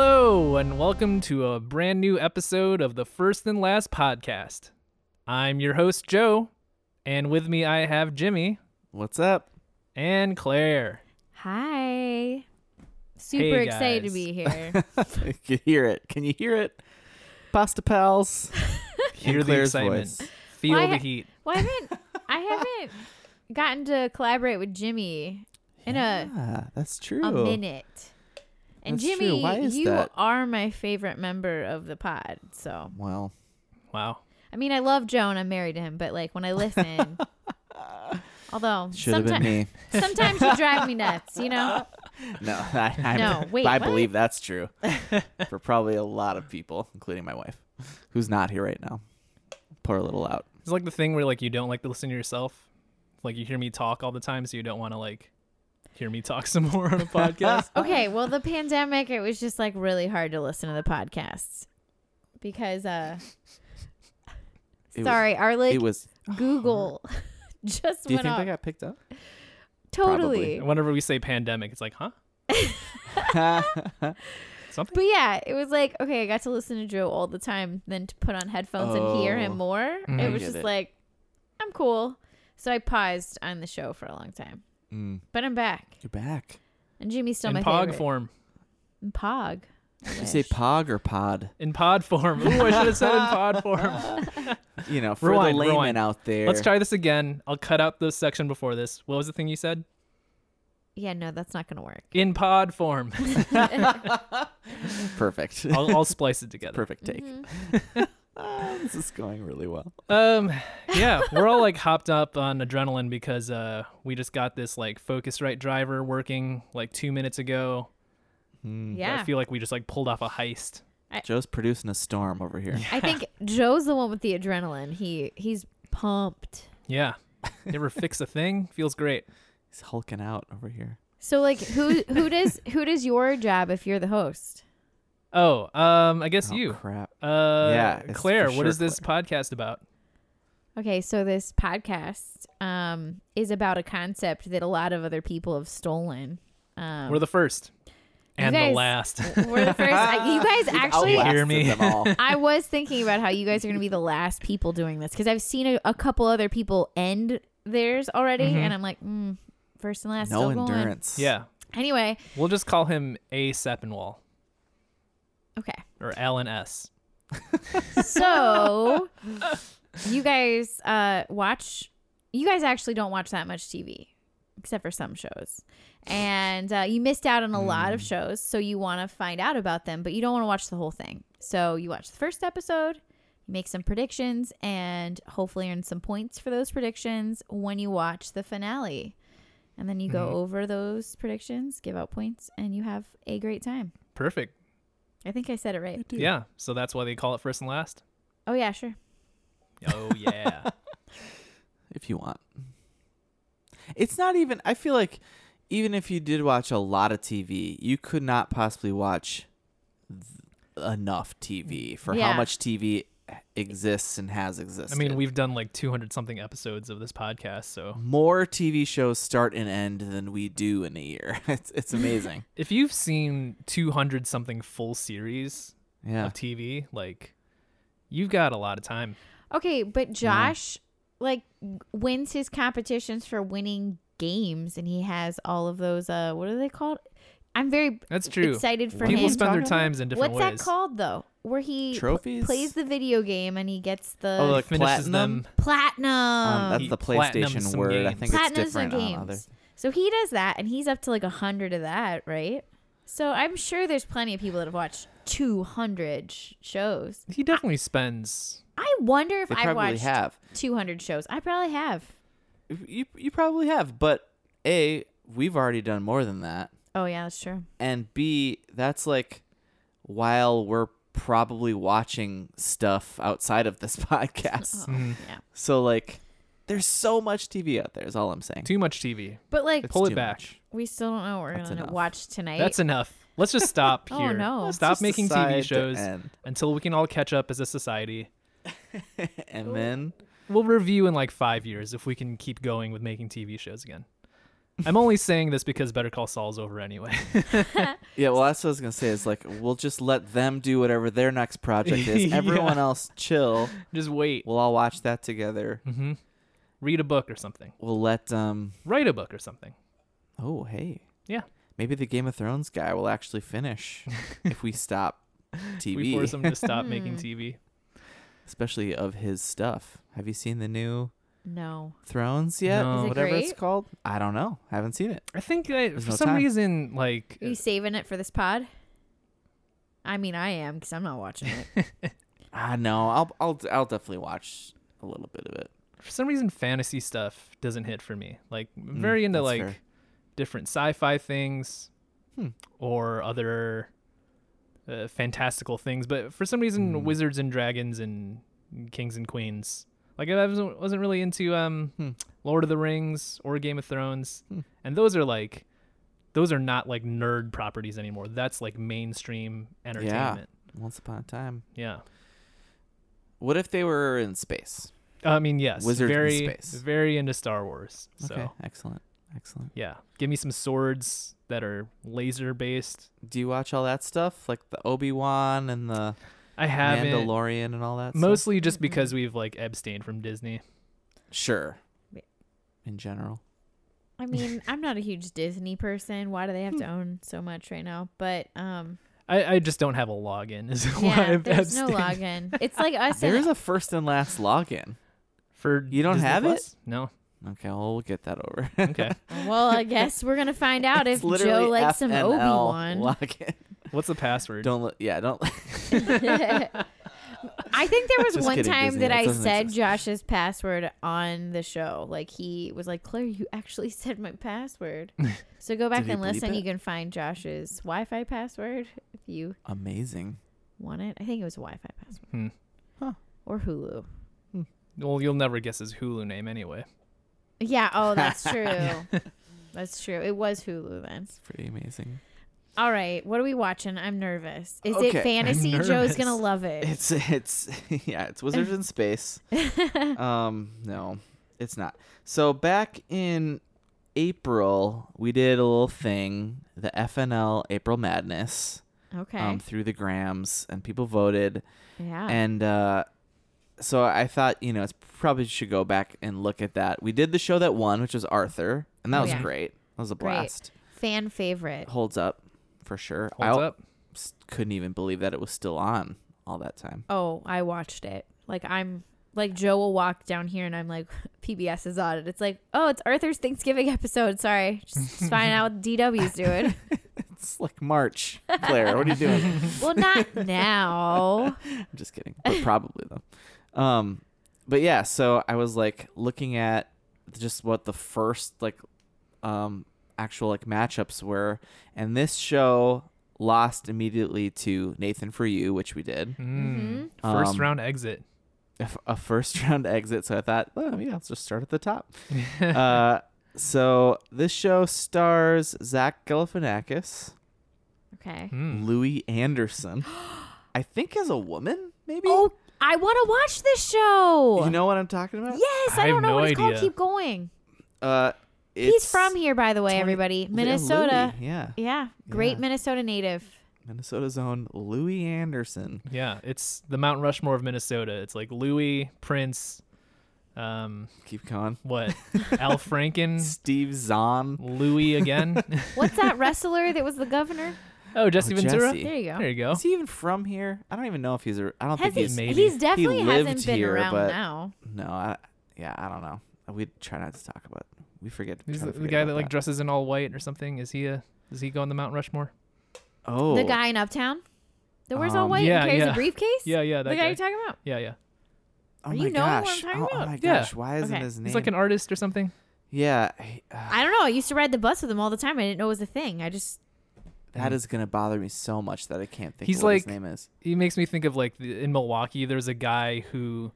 and welcome to a brand new episode of the First and Last Podcast. I'm your host, Joe, and with me I have Jimmy What's up? and Claire. Hi. Super Hey, excited to guys. be here. you can hear it. Can you hear it? Pasta pals. Hear the Claire's excitement, voice. feel Why- the heat. well, I haven't I haven't gotten to collaborate with Jimmy in a Ah, that's true. a minute. And That's true. Jimmy, Why is you that? are my favorite member of the pod. So, Well, Wow. I mean, I love Joe and I'm married to him, but like when I listen, although should have been someti- me. sometimes you drive me nuts, you know? No, I, I, No, wait, I what? believe that's true for probably a lot of people, including my wife, who's not here right now. Pour a little out. It's like the thing where like you don't like to listen to yourself. Like you hear me talk all the time, so you don't want to like hear me talk some more on a podcast. Okay, well, the pandemic, it was just like really hard to listen to the podcasts because, uh, It was- sorry, our like it was. Google just Oh. Do you went think up. I got picked up? totally. And Whenever we say pandemic, it's like, huh? Something. But yeah, it was like, okay, I got to listen to Joe all the time, then to put on headphones and hear Oh, him more. I It was get just it. like, I'm cool. So I paused on the show for a long time. Mm, But I'm back. you're back. And Jimmy's still In my pog favorite. form. In Pog. Did you say pog or pod? In pod form. Ooh, I should have said in pod form. You know, for Rewind, the layman rewind. out there. Let's try this again. I'll cut out the section before this. What was the thing you said? Yeah, no, that's not going to work. In pod form. Perfect. I'll, I'll splice it together. Perfect take. Mm-hmm. Ah, this is going really well. Um, yeah, we're all like hopped up on adrenaline because uh, we just got this like Focusrite driver working like two minutes ago. I Hmm. Yeah. feel like we just like pulled off a heist. Joe's producing a storm over here. I think Joe's the one with the adrenaline. He He's pumped. Yeah. You ever fix a thing? Feels great. He's hulking out over here. So like who who does who does your job if you're the host? Oh, um, I guess Oh, you. crap. Uh, Yeah, it's for Claire, what sure is this podcast about? Okay, so this podcast um, is about a concept that a lot of other people have stolen. Um, We're the first and the guys- last. we're the first. I- you guys actually, outlasted hear me? them all. I was thinking about how you guys are going to be the last people doing this because I've seen a, a couple other people end theirs already, and I'm like, mm, first and last, Mm-hmm. no still going. endurance. yeah. Anyway, We'll just call him A. Seppenwall okay, or Alan S. so you guys uh, watch. You guys actually don't watch that much TV, except for some shows, and uh, you missed out on a lot of shows. So you want to find out about them, but you don't want to watch the whole thing. So you watch the first episode, you make some predictions, and hopefully earn some points for those predictions when you watch the finale. And then you go over those predictions, give out points, and you have a great time. Perfect. I think I said it right. Yeah. So that's why they call it first and last. Oh yeah, sure. Oh yeah. If you want. It's not even I feel like even if you did watch a lot of TV, you could not possibly watch th- enough TV for Yeah. how much TV exists and has existed. I mean, we've done like 200 something episodes of this podcast, so more TV shows start and end than we do in a year. It's it's amazing. if you've seen 200 something full series Yeah. of TV, like you've got a lot of time. Okay, but Josh like wins his competitions for winning games and he has all of those uh what are they called? I'm very That's true. excited for People him. spend their Talking about- times in different What's ways. that called though? Where he pl- Trophies? plays the video game and he gets the Oh, He like finishes platinum? them. platinum. Um, that's He the platinums PlayStation some word. I games. think it's platinums are different games. on other. So he does that and he's up to like a hundred of that, right? So I'm sure there's plenty of people that have watched 200 sh- shows. He definitely spends. I wonder if They I've probably watched have. 200 shows. I probably have. You you probably have, but a we've already done more than that, Oh yeah, that's true. and b that's like while we're probably watching stuff outside of this podcast. Yeah. So like, there's so much TV out there. Is all I'm saying. Too much TV. But like It's Pull it too back. much. we still don't know what we're That's gonna enough. watch tonight. That's enough. Let's just stop Oh, here. no. Let's Stop just making TV decide to shows end. until we can all catch up as a society. And then We'll review in like five years if we can keep going with making TV shows again. I'm only saying this because Better Call Saul's over anyway. Yeah, well, that's what I was gonna say. Is like we'll just let them do whatever their next project is. Yeah. Everyone else, chill. Just wait. We'll all watch that together. hmm Read a book or something. We'll let um. Write a book or something. Oh, hey. Yeah. Maybe the Game of Thrones guy will actually finish if we stop TV, We force them to stop making Hmm. TV. especially of his stuff. Have you seen the new No. Thrones yet? No. Is it Whatever it's great? called. I don't know. I haven't seen it. I think I, There's for no some time. reason, like Are you saving it for this pod? I mean, I am because I'm not watching it. I know. I'll I'll I'll definitely watch a little bit of it. for some reason, fantasy stuff doesn't hit for me. Like I'm Mm, very into that's like fair. different sci-fi things Hmm. or other uh, fantastical things, but for some reason, Mm. wizards and dragons and kings and queens. Like I wasn't, wasn't really into um, Hmm. Lord of the Rings or Game of Thrones, Hmm. and those are like those are not like nerd properties anymore. That's like mainstream entertainment. Once upon a time. Yeah. What if they were in space? I mean, yes, Wizards in very, space. very into Star Wars. So Okay, excellent, excellent. yeah, give me some swords that are laser based. Do you watch all that stuff, like the Obi Wan and the I haven't Mandalorian and all that? stuff? mostly just Mhm. because we've like abstained from Disney. sure. Yeah. In general, I mean, I'm not a huge Disney person. Why do they have Hmm. to own so much right now? But um, I, I just don't have a login. Is why yeah, I've there's no abstained. login. It's like us. there and is a first and last login. for You don't Disney have it? Plus? No. Okay, well we'll get that over. Okay. well, I guess we're gonna find out if It's literally Joe likes some FNL Obi Wan. Login. What's the password? Don't li- yeah don't. li- I think there was Just one kidding, time Disney, that that I doesn't said exist. Josh's password on the show. Like he was like, "Claire, you actually said my password." So go back he and bleep listen. You it? can find Josh's Wi-Fi password if you Amazing. want it. I think it was a Wi-Fi password Hmm. or Hulu. Well, you'll never guess his Hulu name anyway. Yeah. Oh, that's true. that's true. It was Hulu then. It's pretty amazing. All right. What are we watching? I'm nervous. Is Okay. it fantasy? Joe's nervous. gonna love it. It's it's yeah, it's Wizards in Space. um no, it's not. So back in April, we did a little thing, the FNL April Madness, Okay. um through the grams and people voted yeah. and uh so I thought, you know, it's probably should go back and look at that. We did the show that won, which was Arthur, and that Oh, was yeah. great. That was a Great. blast. Fan favorite. Holds up for sure. Holds I up. s- couldn't even believe that it was still on all that time. Oh, I watched it. Like I'm like Joe will walk down here and I'm like PBS is on it. It's like, oh, it's Arthur's Thanksgiving episode. Sorry. Just, just finding out what DW's doing. It's like March, Claire. What are you doing? well, not now. I'm just kidding, but probably though. Um, but yeah, so I was like looking at just what the first like um actual like matchups were, and this show lost immediately to Nathan for You, which we did Mm. Mm-hmm. Mhm. First Um, round exit. a f- a first round exit. So I thought, oh yeah, let's just start at the top. uh, so this show stars Zach Galifianakis, Hmm. Okay. Mm. Louis Anderson. I think as a woman, maybe. Oh, I want to watch this show. you know what I'm talking about? yes, I I, don't have know what no it's called. idea. Keep going. Uh, He's it's- from here, by the way, everybody. Lu- Minnesota. Louis, yeah. Yeah. Great Yeah. Minnesota native. Minnesota's own Louis Anderson. Yeah, it's the Mount Rushmore of Minnesota. It's like Louis, Prince, um, Keep going. what, Al Franken, Steve Zahn. Louis again. What's that wrestler that was the governor? oh, Jesse Oh, Ventura. Jesse. There you go. There you go. Is he even from here? I don't even know if he's a. I don't Has think he's. he- he, Maybe. he's definitely lived hasn't been here, around but- now. No, I, yeah, I don't know. We try not to talk about. We forget. He's try the, to the forget guy about that like dresses in all white or something. Is he a? Does he go on the Mount Rushmore? Oh, The guy in Uptown that wears all Um, white yeah, and carries yeah. a briefcase? Yeah, yeah, that the guy, guy. you're talking about. yeah, yeah. Oh you my know who I'm gosh. talking oh, about? oh my Yeah. gosh! Why isn't Okay. his name? He's like an artist or something. yeah, he- uh, I don't know. I used to ride the bus with him all the time. I didn't know it was a thing. I just that is gonna bother me so much that I can't think. He's of what his like- name is. He makes me think of like the, in Milwaukee. There's a guy who,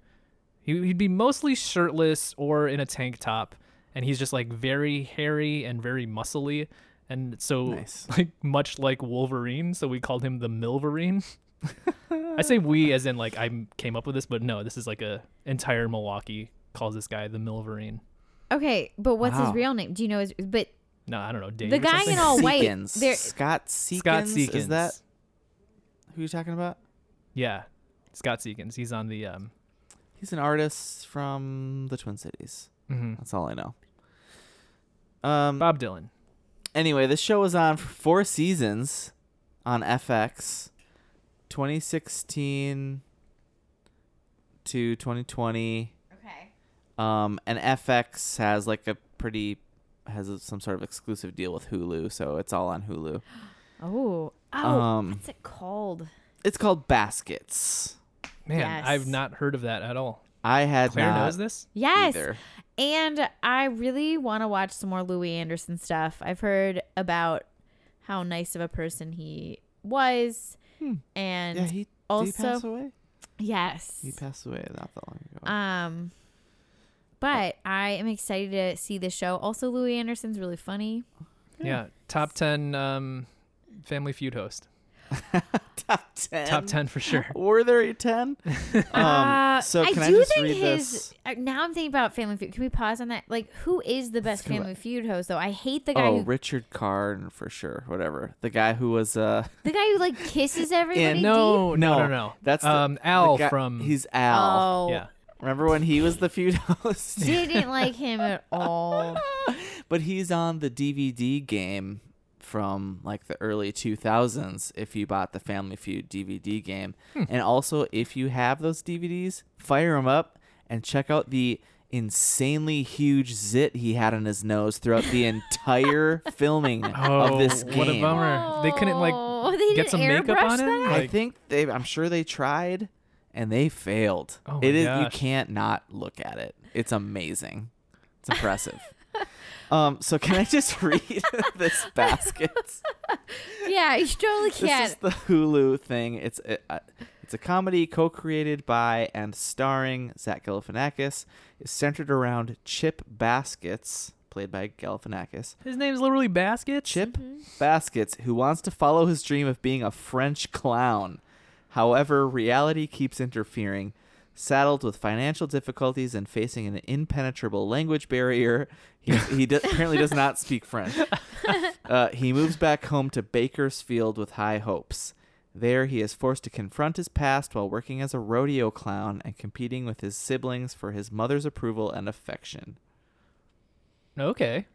he, he'd be mostly shirtless or in a tank top, and he's just like very hairy and very muscly, and so Nice. like much like Wolverine. So we called him the Milverine. I say we as in like I came up with this, but no, this is like a entire Milwaukee calls this guy the Milverine. okay. But what's Wow. his real name? Do you know his? But No, I don't know. Dave The or guy something? in all white, Seekins. there- Scott Seekins. Scott Is Seekins. that who you're talking about? Yeah, Scott Seekins. He's on the um. He's an artist from the Twin Cities. mhm. That's all I know. Um. Bob Dylan. Anyway, this show was on for four seasons on FX, 2016 to 2020. Okay. Um, and FX has like a pretty has a, some sort of exclusive deal with Hulu, so it's all on Hulu. Oh. Oh. Um, what's it called? it's called Baskets. Man, I've Yes. not heard of that at all. I had Claire not knows this. Yes. either. And I really want to watch some more Louis Anderson stuff. I've heard about how nice of a person he was. Hmm. And Yeah, he did he also, pass away. yes. He passed away not that long ago. Um, but I am excited to see the show. Also, Louis Anderson's really funny. Yeah. Top ten um, Family Feud host. top ten. Top ten for sure. Were there ten? um, Uh, so can I, do just think read his. this? uh, Now I'm thinking about Family Feud. Can we pause on that? Like, who is the best go back. Family Feud host? Though I hate the guy. Oh, who, Richard Karn for sure. Whatever. The guy who was uh the guy who like kisses everybody. deep? No, no, No, no, no. that's the- um the Al guy- from. He's Al. Oh, yeah. Remember when he was the feud host? didn't like him at all. but he's on the DVD game from like the early 2000s if you bought the Family Feud DVD game. Hmm. And also if you have those DVDs, fire them up and check out the insanely huge zit he had on his nose throughout the entire filming Oh, of this game. what a bummer! They couldn't like. Oh, they get didn't some makeup airbrush on him? that? I Like- think they. I'm sure they tried, and they failed. Oh my it is you gosh. can't not look at it. It's amazing. It's impressive. um. So can I just read this baskets? Yeah, you totally This can. is the Hulu thing. It's it, uh, it's a comedy co-created by and starring Zach Galifianakis. It's centered around Chip Baskets, played by Galifianakis, His name's literally Basket. Chip Mm-hmm. Baskets, who wants to follow his dream of being a French clown. However, reality keeps interfering. Saddled with financial difficulties and facing an impenetrable language barrier, he, he do- apparently does not speak French. Uh, he moves back home to Bakersfield with high hopes. There, he is forced to confront his past while working as a rodeo clown and competing with his siblings for his mother's approval and affection. Okay.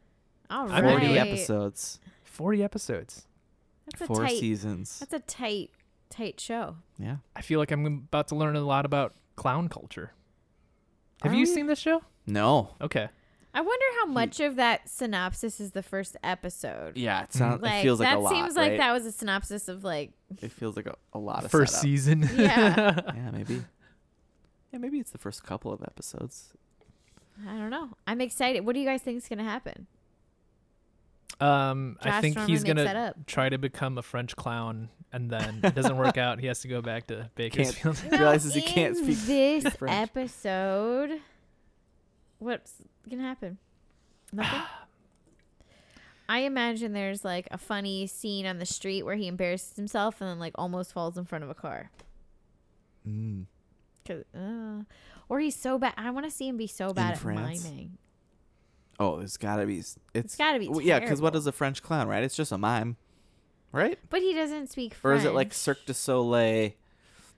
all I'm 40 already- episodes, Forty episodes. That's a four tight. seasons. That's a tight, tight show. Yeah. I feel like I'm about to learn a lot about clown culture. Have Are Um, you we? seen this show? No. Okay. I wonder how much of that synopsis is the first episode. Hmm. Yeah, it sounds. it feels like that a lot. seems like right? that was a synopsis of like It feels like a, a lot of First setup. season. Yeah. Yeah, maybe. Yeah, maybe it's the first couple of episodes. I don't know. I'm excited. What do you guys think is gonna happen? Um, I Josh think Norman he's makes that gonna up. try to become a French clown, and then it doesn't work out. He has to go back to Bakersfield. Realizes he can't in speak this French. episode. What's gonna happen? Nothing. I imagine there's like a funny scene on the street where he embarrasses himself and then like almost falls in front of a car. Mm. 'Cause, uh, or he's so bad. I want to see him be so bad at France? miming. Oh, there's gotta be. It's, It's gotta be Well, yeah, because what terrible. is a French clown, right? It's just a mime, right? But he doesn't speak Or French. is it like Cirque du Soleil?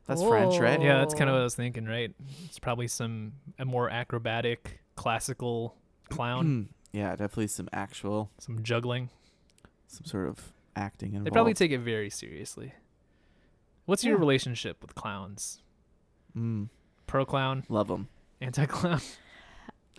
That's French, right? Oh. yeah, that's kind of what I was thinking. Right? It's probably some a more acrobatic, classical clown, Mm. Yeah, definitely some actual, some juggling. some sort of acting involved. They probably take it very seriously. What's your Yeah. relationship with clowns? mm. Pro clown, Love them. anti clown.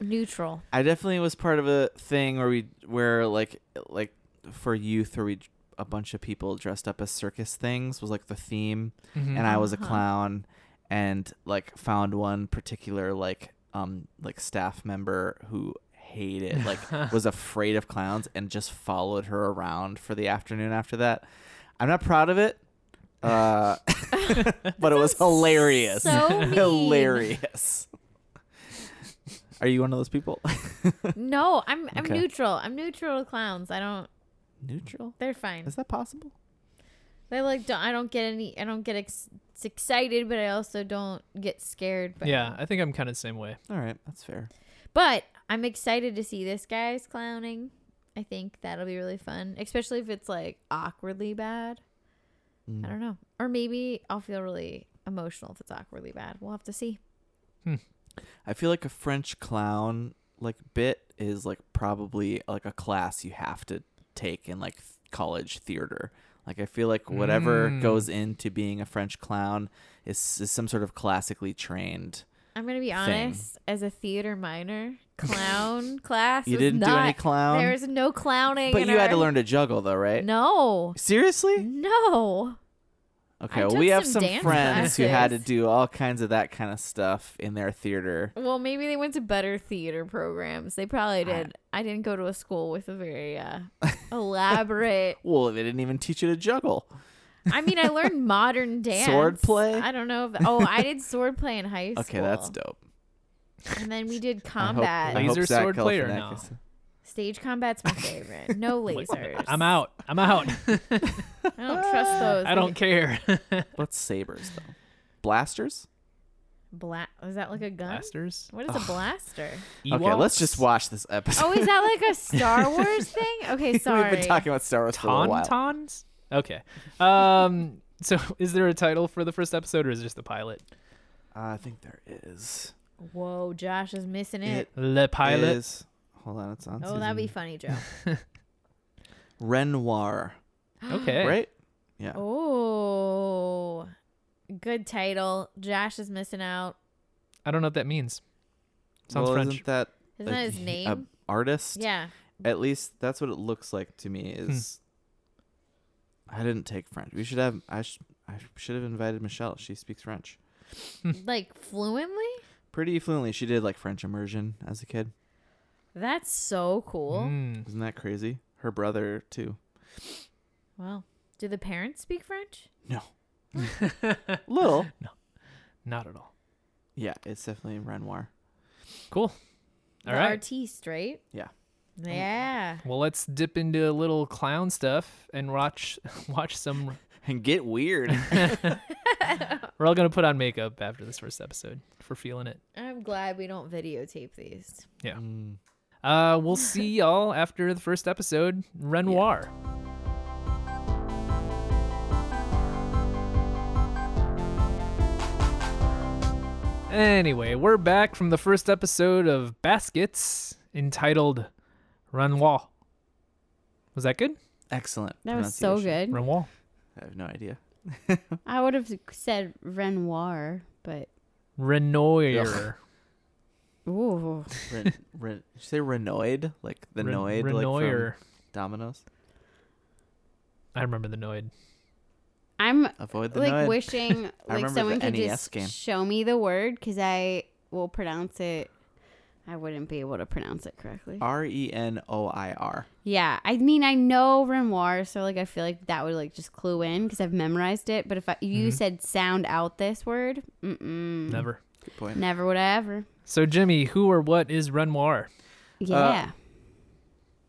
neutral? I definitely was part of a thing where we where like like for youth where we a bunch of people dressed up as circus things was like the theme Mm-hmm. and I was a Uh-huh. clown and like found one particular like um like staff member who hated like was afraid of clowns and just followed her around for the afternoon after that. I'm not proud of it. Uh but it was hilarious. so mean. hilarious. Are you one of those people? No, I'm I'm Okay. neutral. I'm neutral to clowns. I don't. Neutral? They're fine. Is that possible? They like don't. I don't get any. I don't get ex- excited, but I also don't get scared. But yeah, I think I'm kind of the same way. All right, that's fair. But I'm excited to see this guy's clowning. I think that'll be really fun, especially if it's like awkwardly bad. I don't know. Or maybe I'll feel really emotional if it's awkwardly bad. We'll have to see. I feel like a French clown like bit is like probably like a class you have to take in like th- college theater. Like I feel like whatever Mm. goes into being a French clown is, is some sort of classically trained. I'm gonna be Thing. honest. As a theater minor, clown class. You was didn't do any not- clown, There was no clowning. but in you had to our- learn to juggle though, right? No, Seriously? no. Okay, Mm-hmm. I well, took we have some some dance friends who had to classes. do all kinds of that kind of stuff in their theater. Well, maybe they went to better theater programs. They probably I- did. I, didn't go to a school with a very uh, elaborate. Well, they didn't even teach you to juggle. I mean, I learned modern dance, Swordplay? I don't know. If, oh, I did swordplay in high school. Okay, that's dope. And then we did I hope- combat. I hope Laser Zach sword play or Galifianakis- Stage combat's my favorite. No I'm like, lasers. I'm out. I'm out. I don't trust those. I don't care. What's sabers though? Blasters? Bla- is that like a gun? Blasters. What is a blaster? Okay, let's Ewoks? just watch this episode. Oh, is that like a Star Wars thing? Okay, sorry. We've been talking about Star Wars for a while. Tauntauns? Okay. Um. so, is there a title for the first episode, or is it just the pilot? I think there is. Whoa, Josh is missing it. It Le pilot. is- Hold on, it's on. oh, that'd be funny, Joe. Renoir, Okay. right? Yeah. Oh, good title. Josh is missing out. I don't know what that means. Sounds well, French. Isn't that Isn't that his name? A artist? yeah. At least that's what it looks like to me. Is I didn't take French. We should have. I sh- I should have invited Michelle. She speaks French Hmm. like fluently? pretty fluently. She did like French immersion as a kid. That's so cool. Mm. Isn't that crazy? Her brother too. Wow. Do the parents speak French? No. Little. Not at all. Yeah, it's definitely Renoir. Cool. the All right. artiste, right? Yeah. Yeah. Well, let's dip into a little clown stuff and watch watch some. And get weird. We're all gonna put on makeup after this first episode if we're feeling it. I'm glad we don't videotape these. Mm. Uh, we'll see y'all after the first episode. Renoir. Anyway, we're back from the first episode of Baskets entitled Renoir. Was that good? Excellent. That was so pronunciation. good. Renoir. I have no idea. I would have said Renoir, but Renoir. ooh, Ren, ren, did you say Renoid? Like the Ren- Noid? Like Renoir. from Domino's? I remember the Noid. I'm Avoid the like Noid. wishing like remember the someone could NES just game. show me the word because I will pronounce it. I wouldn't be able to pronounce it correctly. R E N O I R. yeah, I mean I know Renoir, so like I feel like that would like just clue in because I've memorized it. But if I, Mm-hmm. you Mhm. said sound out this word, Hmm. mm-mm, Never. Good point. never would I ever. So, Jimmy, who or what is Renoir? Uh, Yeah,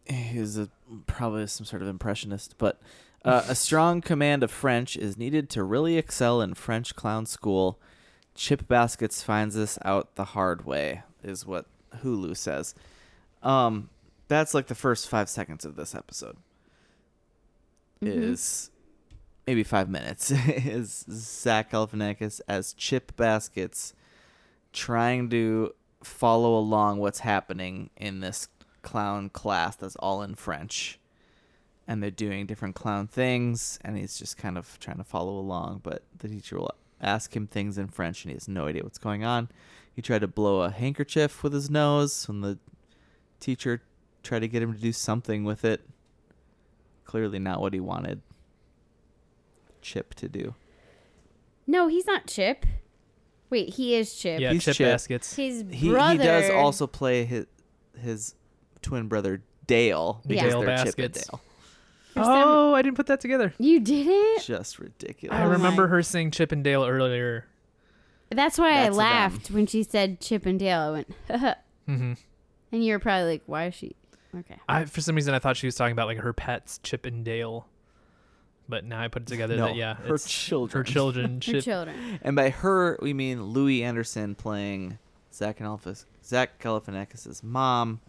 he was a, probably some sort of impressionist, but uh, a strong command of French is needed to really excel in French clown school. Chip Baskets finds this out the hard way, is what Hulu says. Um, that's like the first five seconds of this episode. Is maybe five minutes is Zach Galifianakis as Chip Baskets trying to follow along what's happening in this clown class that's all in French. And they're doing different clown things, and he's just kind of trying to follow along. But the teacher will ask him things in French, and he has no idea what's going on. He tried to blow a handkerchief with his nose when the teacher tried to get him to do something with it. Clearly, not what he wanted Chip to do. no, he's not Chip. Wait, he is Chip. Yeah, He's Chip, Chip. Baskets. His He, brother. he does also play his, his twin brother Dale. Yeah. because Dale they're Chip and Baskets. Dale. For some- Oh, I didn't put that together. You didn't. Just ridiculous. I Oh remember my- her saying Chip and Dale earlier. That's why That's I them. laughed when she said Chip and Dale. I went, Mm-hmm. hmm and you were probably like, why is she? Okay. I for some reason I thought she was talking about like her pets Chip and Dale, but now I put it together No, that yeah, her it's children. her children, Her Chip, children. And by her, we mean Louis Anderson playing Zach and Elphys, Zach Galifianakis' mom,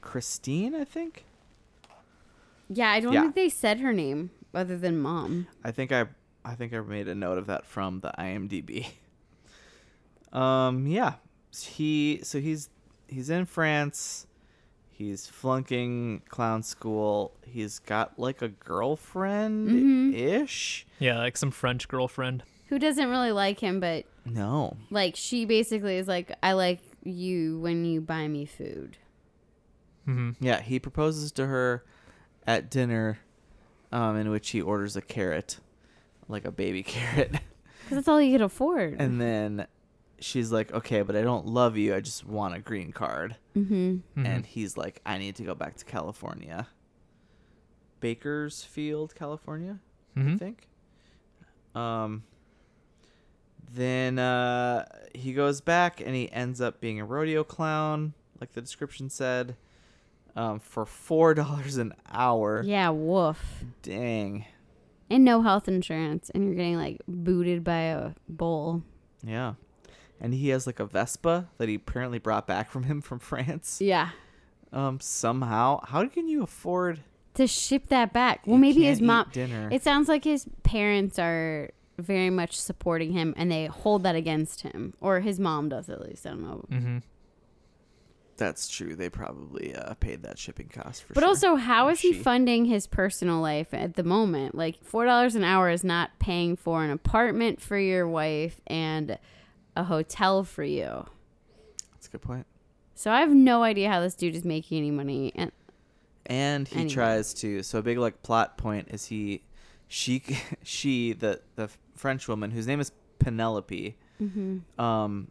Christine, I think. Yeah, I don't Yeah. think they said her name other than mom. I think I I think I made a note of that from the IMDb. Um yeah. He so he's he's in France. He's flunking clown school. He's got like a girlfriend ish. Yeah, like some French girlfriend. Who doesn't really like him, but No. like she basically is like, I like you when you buy me food. Mm-hmm, Yeah, he proposes to her at dinner um in which he orders a carrot, like a baby carrot. Because that's all he could afford. and then she's like, "Okay, but I don't love you. I just want a green card." mm-hmm. and he's like, I need to go back to California. Bakersfield, California, I mm-hmm, Mhm. think. Um, then uh, he goes back and he ends up being a rodeo clown, like the description said, um, for four dollars an hour. Yeah, woof. Dang. And no health insurance. And you're getting like booted by a bull. Yeah. And he has like a Vespa that he apparently brought back from him from France. Yeah. Um, somehow, how can you afford? To ship that back. Well, you maybe his can't eat mom. Dinner. It sounds like his parents are very much supporting him and they hold that against him. Or his mom does, at least. I don't know. Mm-hmm. That's true. They probably uh, paid that shipping cost for But sure. also, how Or is he she. funding his personal life at the moment? Like, $4 an hour is not paying for an apartment for your wife and a hotel for you. that's a good point. So I have no idea how this dude is making any money. And And he Anyway. tries to. So a big like plot point is he, she, she the the French woman whose name is Penelope. Um.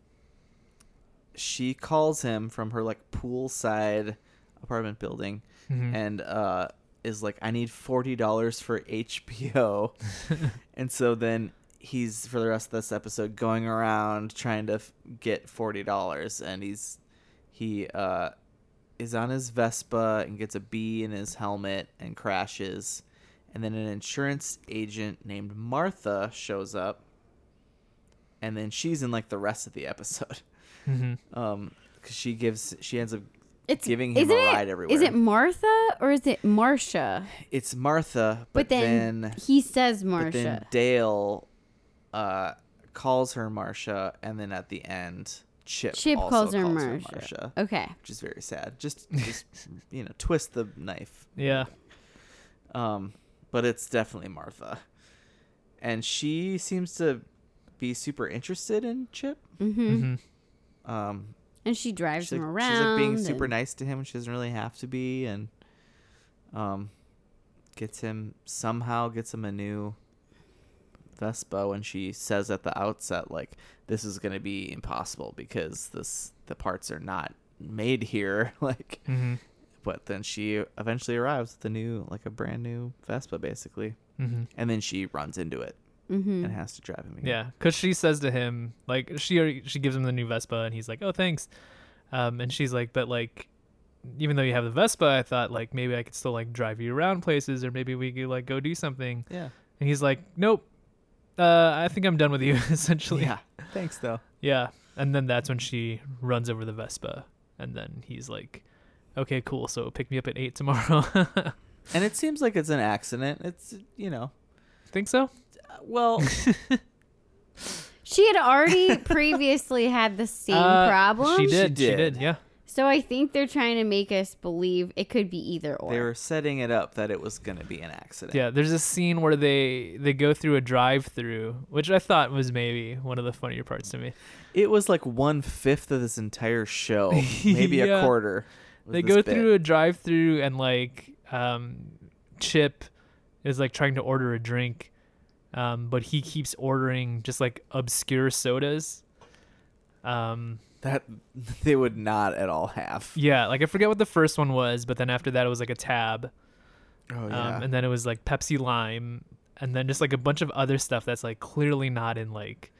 She calls him from her like poolside apartment building, and uh is like, I need forty dollars for HBO. And so then he's for the rest of this episode going around trying to f- get forty dollars, and he's he uh, is on his Vespa and gets a bee in his helmet and crashes, and then an insurance agent named Martha shows up, and then she's in like the rest of the episode, mm-hmm, um, because she gives she ends up it's giving him isn't a ride it, everywhere. Is it Martha or is it Marcia? It's Martha, But, then, he says But then Marcia. Dale uh, calls her Marcia, and then at the end, Chip, Chip also calls her Marcia. Okay. which is very sad. Just, just you know, twist the knife. Yeah. Um, but it's definitely Martha, and she seems to be super interested in Chip. Mm-hmm. Um, And she drives she's like, him around. she's like being super and- nice to him, and she doesn't really have to be, and um, gets him somehow gets him a new Vespa when she says at the outset like this is gonna be impossible because this the parts are not made here, like. Mhm. But then she eventually arrives with a new, like a brand new Vespa, basically, Mhm. and then she runs into it mm-hmm. and has to drive him. Again. Yeah, because she says to him, like she already, she gives him the new Vespa, and he's like, "Oh, thanks," um, and she's like, "But like, even though you have the Vespa, I thought like maybe I could still like drive you around places, or maybe we could like go do something." yeah, And he's like, "Nope, uh, I think I'm done with you." Essentially, yeah. Thanks though. yeah. And then that's when she runs over the Vespa, and then he's like, "Okay, cool. So pick me up at eight tomorrow." And it seems like it's an accident. It's you know, think so? uh, well, She had already previously had the same Uh, problem. She did. She She did. did. Yeah. So I think they're trying to make us believe it could be either or. They were setting it up that it was going to be an accident. Yeah, there's a scene where they they go through a drive-through, which I thought was maybe one of the funnier parts to me. It was like one fifth of this entire show, maybe a Yeah. quarter. was they this go bit. through a drive-through and like um, Chip is like trying to order a drink, um, but he keeps ordering just like obscure sodas. Um, that they would not at all have. yeah, like I forget what the first one was, but then after that it was like a tab, Oh um, and then it was like Pepsi Lime, and then just like a bunch of other stuff that's like clearly not in like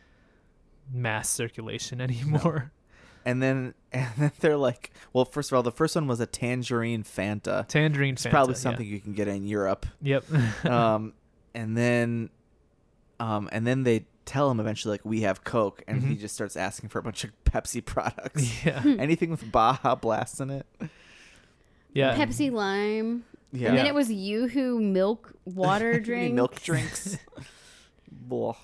mass circulation anymore. and then and then they're like, well, first of all, the first one was a tangerine Fanta. Tangerine It's Fanta, probably yeah. something you can get in Europe. Yep. um, and then, um, and then they tell him eventually like we have Coke, and he just starts asking for a bunch of Pepsi products, Mm-hmm. Hmm. yeah. anything with Baja Blast in it. Yeah. Pepsi Lime. Yeah. And then Yeah. it was YooHoo milk water You mean drink. milk drinks. Blah.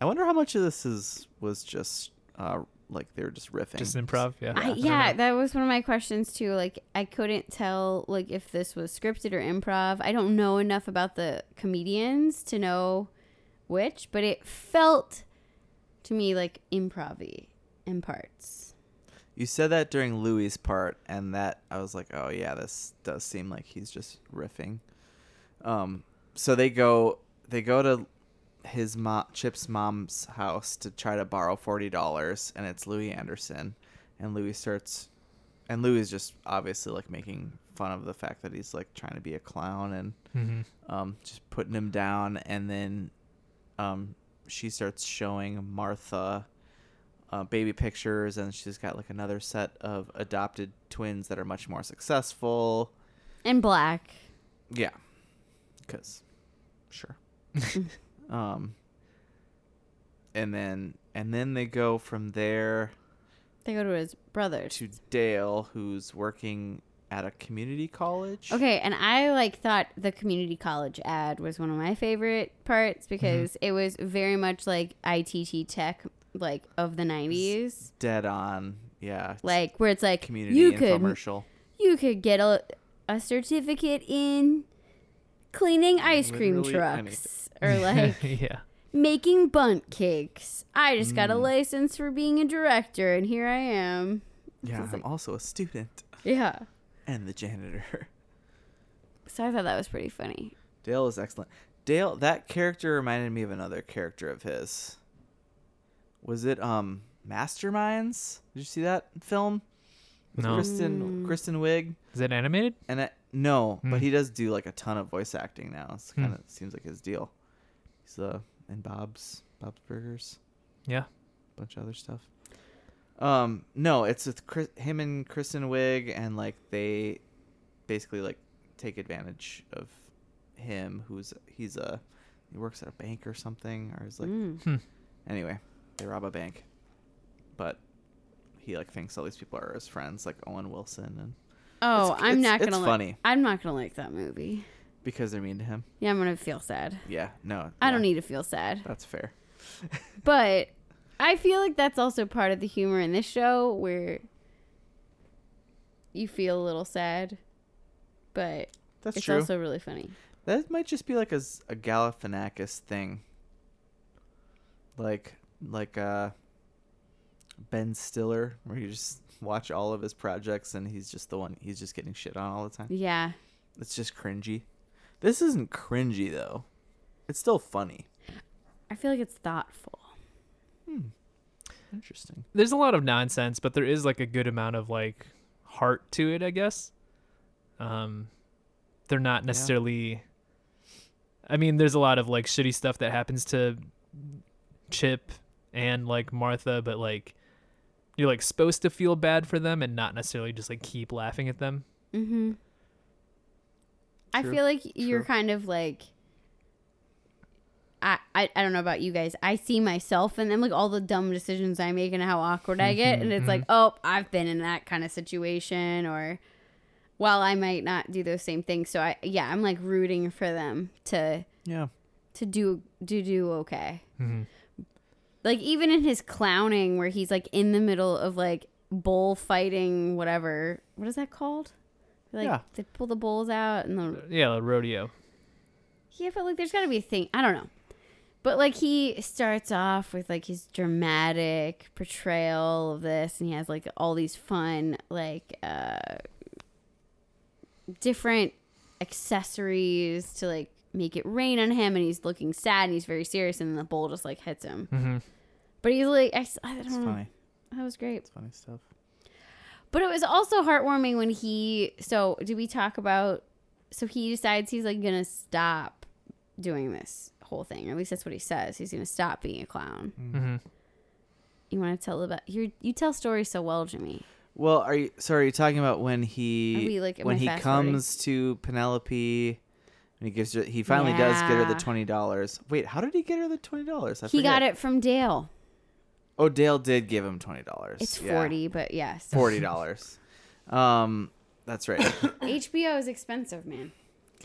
I wonder how much of this is was just uh, like they were just riffing. Just improv, yeah. I, Uh-huh. yeah, that was one of my questions too. Like, I couldn't tell like if this was scripted or improv. I don't know enough about the comedians to know which, but it felt to me like improv-y in parts. You said that during Louis' part, and that I was like, oh yeah, this does seem like he's just riffing. Um, so they go they go to his mom Chip's mom's house to try to borrow forty dollars, and it's Louis Anderson, and Louis starts, and Louis is just obviously like making fun of the fact that he's like trying to be a clown and hmm um, just putting him down, and then um, she starts showing Martha uh, baby pictures, and she's got like another set of adopted twins that are much more successful. And black. Yeah, because sure. um, and then and then they go from there They go to his brother's. to Dale, who's working at a community college. Okay, and I like thought the community college ad was one of my favorite parts Mm-hmm. because it was very much like ITT tech like of the 90s. Dead on. Yeah. it's Like where it's like community you could infomercial. you could get a, a certificate in cleaning ice cream Literally trucks or like yeah. making bunt cakes. I just got a Mm. license for being a director and here I am. Yeah, It's I'm also a student. Yeah. and the janitor. So I thought that was pretty funny. Dale is excellent. Dale, that character reminded me of another character of his. Was it um Masterminds? Did you see that film? With No. Kristen Kristen Wiig Is that animated? and I, no, Hmm. but he does do like a ton of voice acting now. It's Hmm. kind of seems like his deal. He's uh in Bob's Bob's Burgers, Yeah. bunch of other stuff. Um, no, it's with Chris, him and Kristen Wiig, and like they basically like take advantage of him, who's he's a he works at a bank or something, or is like Mm. anyway, they rob a bank, but he like thinks all these people are his friends, like Owen Wilson, and Oh, It's- I'm it's- not it's gonna. li- funny. I'm not gonna like that movie. because they're mean to him. Yeah, I'm gonna feel sad. Yeah, no, I don't e- yeah, need to feel sad, That's fair. but I feel like that's also part of the humor in this show, where you feel a little sad, but That's it's true. also really funny. That might just be like a, Z- a Galifianakis thing. Like like uh Ben Stiller where you just watch all of his projects and he's just the one he's just getting shit on all the time. Yeah. It's just cringy. This isn't cringy though. It's still funny. I feel like it's thoughtful. Interesting. There's a lot of nonsense, but there is like a good amount of like heart to it, I guess. Um they're not necessarily I mean, there's a lot of like shitty stuff that happens to Chip and like Martha, but like you're like supposed to feel bad for them and not necessarily just like keep laughing at them. Mm-hmm. I True. feel like you're True. kind of like. I, I, I don't know about you guys. I see myself and then like all the dumb decisions I make and how awkward I get. And Mm-hmm. it's like, oh, I've been in that kind of situation or while I might not do those same things. So I yeah, I'm like rooting for them to Yeah. to do do do okay. Like even in his clowning where he's like in the middle of like bullfighting whatever. What is that called? Like Yeah. they pull the bulls out and the Yeah, like rodeo. yeah, but like, there's got to be a thing. I don't know. But like, he starts off with like his dramatic portrayal of this, and he has like all these fun, like, uh, different accessories to like make it rain on him, and he's looking sad and he's very serious, and then the bull just like hits him. Mhm. But he's like, I, s- I don't It's know. funny. That was great. It's funny stuff. But it was also heartwarming when he. So, did we talk about? So he decides he's like gonna stop doing this whole thing, or at least that's what he says. He's gonna stop being a clown. Mhm. You want to tell about you? You tell stories so well, Jimmy. Well, are you sorry? Are you talking about when Are he we, like, am when I he fast forwarding? comes to Penelope and he gives her, he finally does get her the Yeah. twenty dollars. Wait, how did he get her the twenty dollars? He got it from Dale. Oh, Dale did give him twenty dollars. It's forty, but yes, Forty dollars. um, that's right. HBO is expensive, man.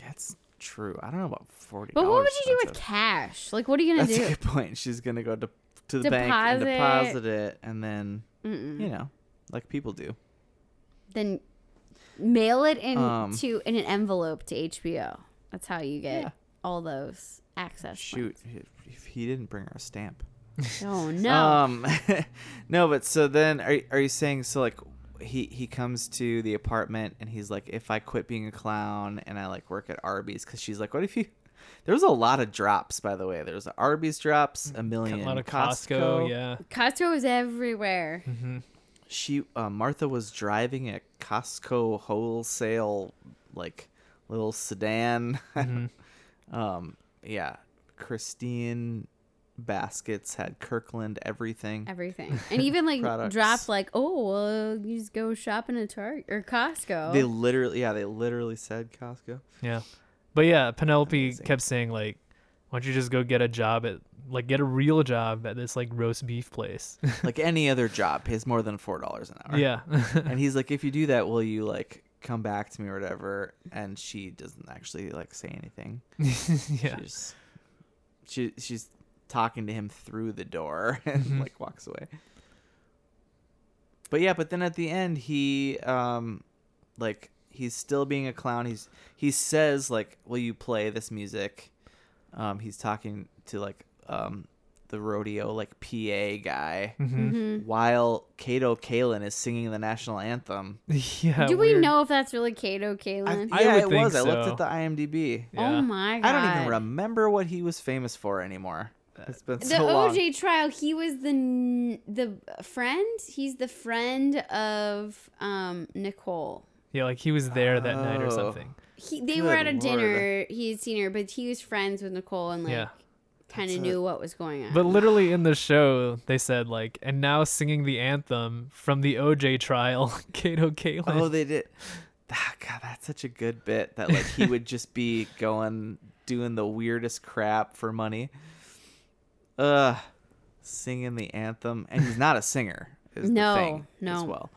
That's true. I don't know about forty. But what would you do with cash? Like, what are you gonna That's a do? good point. She's gonna go to to the bank and Deposit. deposit it, and then Mm-mm. you know, like people do. Then mail it in Um, to in an envelope to HBO. That's how you get Yeah. all those access. Shoot, he- if he didn't bring her a stamp. points. Oh no. Um, no, but so then are are you saying so like he he comes to the apartment and he's like, if I quit being a clown and I like work at Arby's because she's like, what if you? There was a lot of drops, by the way. There was Arby's drops, a Mm-hmm. A million, lot of Costco. Costco, yeah. Costco is everywhere. She uh, Martha was driving a Costco wholesale like little sedan. Mm-hmm. um, yeah, Christine baskets had Kirkland everything. Everything. And even like Products. dropped like, oh, well, you just go shopping at Target or Costco. They literally, yeah, they literally said Costco. Yeah. But yeah, Penelope Amazing. kept saying like, "Why don't you just go get a job at like get a real job at this like roast beef place?" Like any other job pays more than four dollars an hour. yeah. And he's like, if you do that, will you like come back to me or whatever? And she doesn't actually like say anything. yeah. She's she she's talking to him through the door and Mm-hmm. like walks away. But yeah, but then at the end he um like he's still being a clown. He's he says like, "Will you play this music?" Um he's talking to like um the rodeo like PA guy Mm-hmm. Mm-hmm. while Kato Kalin is singing the national anthem. Yeah. do we weird. know if that's really Kato Kalen? I would it think was. I looked so. at the IMDb. Yeah. Oh my god. I don't even remember what he was famous for anymore. It's been The so long. OJ trial, he was the n- the friend. He's the friend of um Nicole. Yeah, like he was there that night or Oh. something. He, they were Good at a lord. dinner. He had seen her, but he was friends with Nicole and like Yeah. kind That's of knew what was going on. But literally in the show, they said like, and now singing the anthem from the OJ trial, Kato Kalin. Oh, they did. Ah, God, that's such a good bit that like he would just be going doing the weirdest crap for money. Ugh, singing the anthem, and he's not a singer. Is No, the thing as no. well.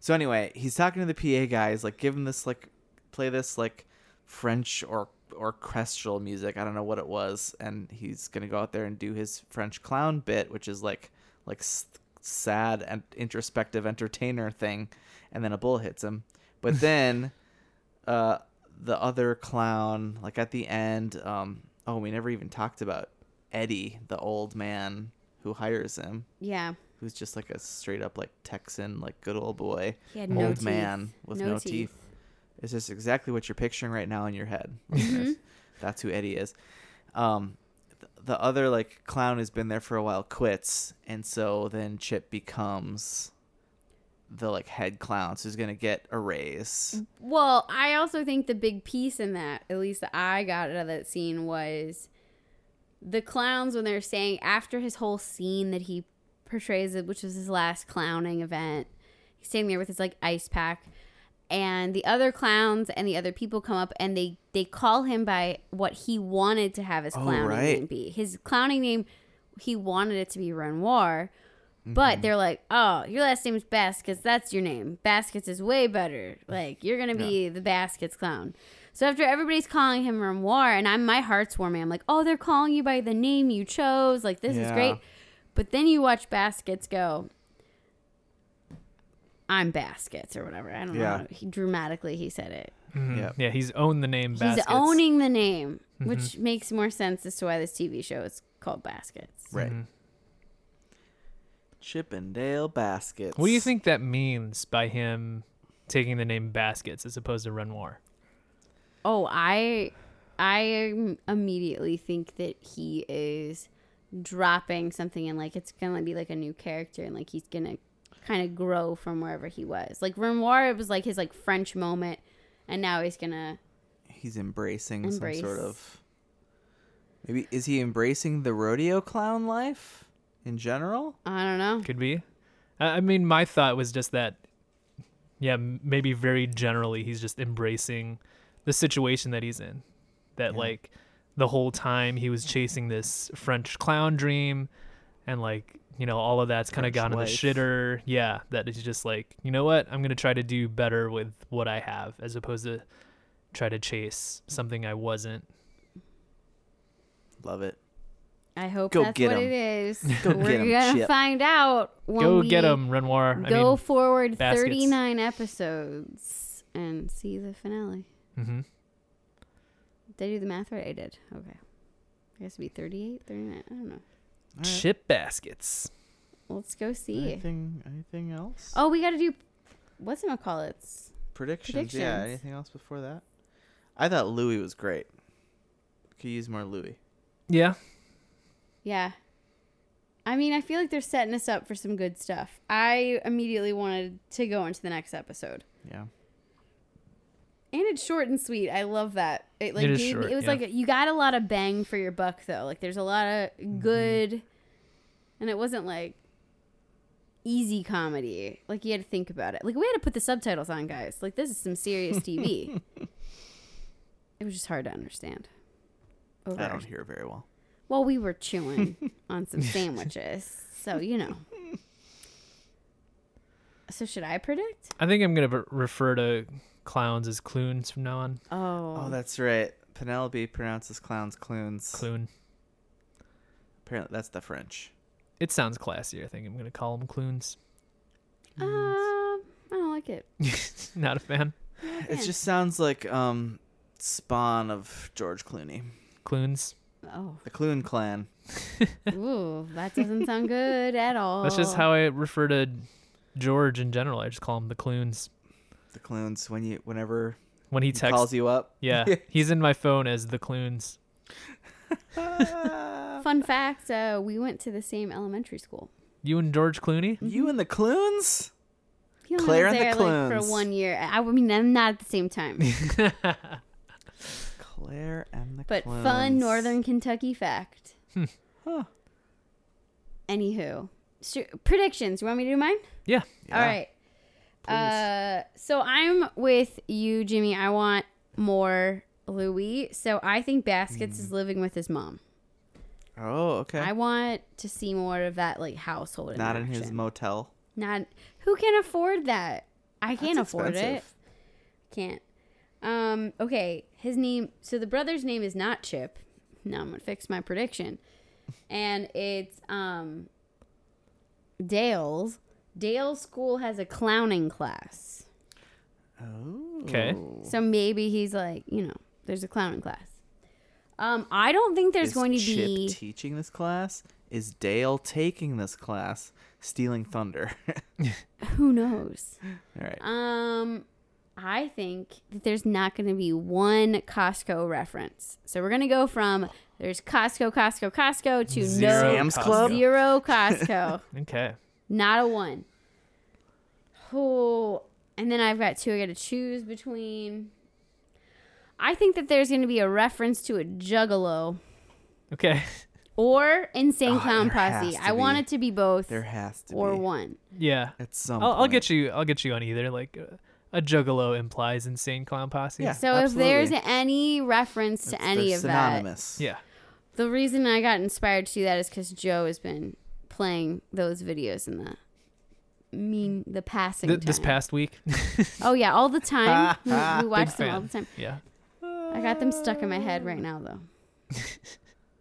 So anyway, he's talking to the PA guy. He's like, give him this like, play this like French or orchestral music. I don't know what it was, and he's gonna go out there and do his French clown bit, which is like like s- sad and introspective entertainer thing, and then a bull hits him. But then, uh, the other clown, like at the end, um, oh, we never even talked about Eddie, the old man who hires him yeah, who's just like a straight up like Texan, like good old boy, he had old no teeth. man with no, teeth. It's just exactly what you're picturing right now in your head. listeners. That's who Eddie is. Um, th- the other like clown has been there for a while, quits, and so then Chip becomes the like head clown, so he's gonna get a raise. Well, I also think the big piece in that, at least that I got out of that scene, was the clowns when they're saying after his whole scene that he portrays, it, which was his last clowning event, he's standing there with his like ice pack, and the other clowns and the other people come up and they they call him by what he wanted to have his Oh, clowning right. name be. His clowning name, he wanted it to be Renoir. Mm-hmm. But they're like, oh, your last name's Baskets. That's your name. Baskets is way better. Like, you're going to be the Baskets clown. So after everybody's calling him Remoir, and I'm my heart's warming. I'm like, oh, they're calling you by the name you chose. Like, this is Yeah. great. But then you watch Baskets go, I'm Baskets or whatever. I don't Yeah. know. He, dramatically, he said it. Yep. Mm-hmm. Yeah, he's owned the name. He's Baskets. owning the name, Mm-hmm. which makes more sense as to why this TV show is called Baskets. Right. Mm-hmm. Chip and Dale baskets. What do you think that means by him taking the name Baskets as opposed to Renoir? Oh, I I immediately think that he is dropping something and like it's gonna be like a new character and like he's gonna kind of grow from wherever he was. Like Renoir, it was like his like French moment, and now he's gonna He's embracing some Embrace. sort of. Maybe is he embracing the rodeo clown life in general? I don't know. Could be. I I mean, my thought was just that, yeah, m- maybe very generally, he's just embracing the situation that he's in. That, like, the whole time he was chasing this French clown dream, and, like, you know, all of that's kind of French gone in the life. shitter. Yeah, that he's just like, you know what? I'm going to try to do better with what I have as opposed to try to chase something I wasn't. Love it. I hope Go that's get what 'em. it is. Go We're get 'em, gonna Chip. find out when Go we get 'em, get them, Renoir. go forward baskets. 39 episodes and see the finale. I mean, mhm. Did I do the math right? I did. Okay. I guess it'd be 38, 39. I don't know. All right. chip baskets. Let's go see. Anything? Anything else? Oh, we got to do what's it call it's predictions. Yeah. predictions. Anything else before that? I thought Louis was great. Could use more Louis. Yeah. Yeah. I mean, I feel like they're setting us up for some good stuff. I immediately wanted to go into the next episode. Yeah. And it's short and sweet. I love that. It like It is gave me, short, it was yeah. like you got a lot of bang for your buck though. Like there's a lot Mm-hmm. of good and it wasn't like easy comedy. Like you had to think about it. Like we had to put the subtitles on, guys. Like this is some serious TV. it was just hard to understand. Over I our- e-, don't hear very well. well, we were chewing on some sandwiches. So, you know. So should I predict? I think I'm going to refer to clowns as cloons from now on. Oh. Oh, that's right. Penelope pronounces clowns clunes. Cloon. Apparently, that's the French. It sounds classier. I think I'm going to call them cloons. Um, I don't like it. Not a fan. It just sounds like um, spawn of George Clooney, Cloons. Oh, the Clune clan. ooh, that doesn't sound good at all. That's just how I refer to George in general. I just call him the cloons. The Clunes. When you, whenever When he he calls texts, you up. yeah, he's in my phone as the cloons. Ah, Fun fact: uh, We went to the same elementary school. You and George Clooney? you and the Clunes. He only Claire was and the there like for Clunes. one year. I I mean, I'm not at the same time, Claire and the but Clunes. fun Northern Kentucky fact. Hmm. Huh. Anywho, Sh- predictions. You want me to do mine? Yeah. All right. Uh, so I'm with you, Jimmy. I want more Louis. So I think Baskets is living with his mom. Oh, Mm. okay. I want to see more of that like household. Not in interaction. his motel. Not who can afford that? I can't That's afford it. expensive. Can't. Um. Okay. His name. So the brother's name is not Chip. Now I'm gonna fix my prediction, and it's um. Dale's Dale's school has a clowning class, Oh. 'Kay. so maybe he's like you know there's a clowning class. Um. I don't think there's Is going to Chip be. teaching this class? Is Dale taking this class? Stealing thunder. who knows. All right. Um, I think that there's not going to be one Costco reference. So we're going to go from there's Costco, Costco, Costco to Zero no Sam's Costco. Club? zero Costco. Okay. not a one. Oh, and then I've got two I got to choose between. I think that there's going to be a reference to a Juggalo Okay. or Insane Oh, Clown there has Posse. to I want be. it to be both There has to or be. one. Yeah. At some I'll, I'll point. get you. I'll get you on either. Like uh, a juggalo implies insane clown posse. Yeah. So Absolutely. if there's any reference to It's- any they're of that, synonymous. Yeah. The reason I got inspired to do that is because Joe has been playing those videos in the mean the passing Th- time. this past week. oh yeah, all the time. we, we watch them all fan. the time. yeah. I got them stuck in my head right now though.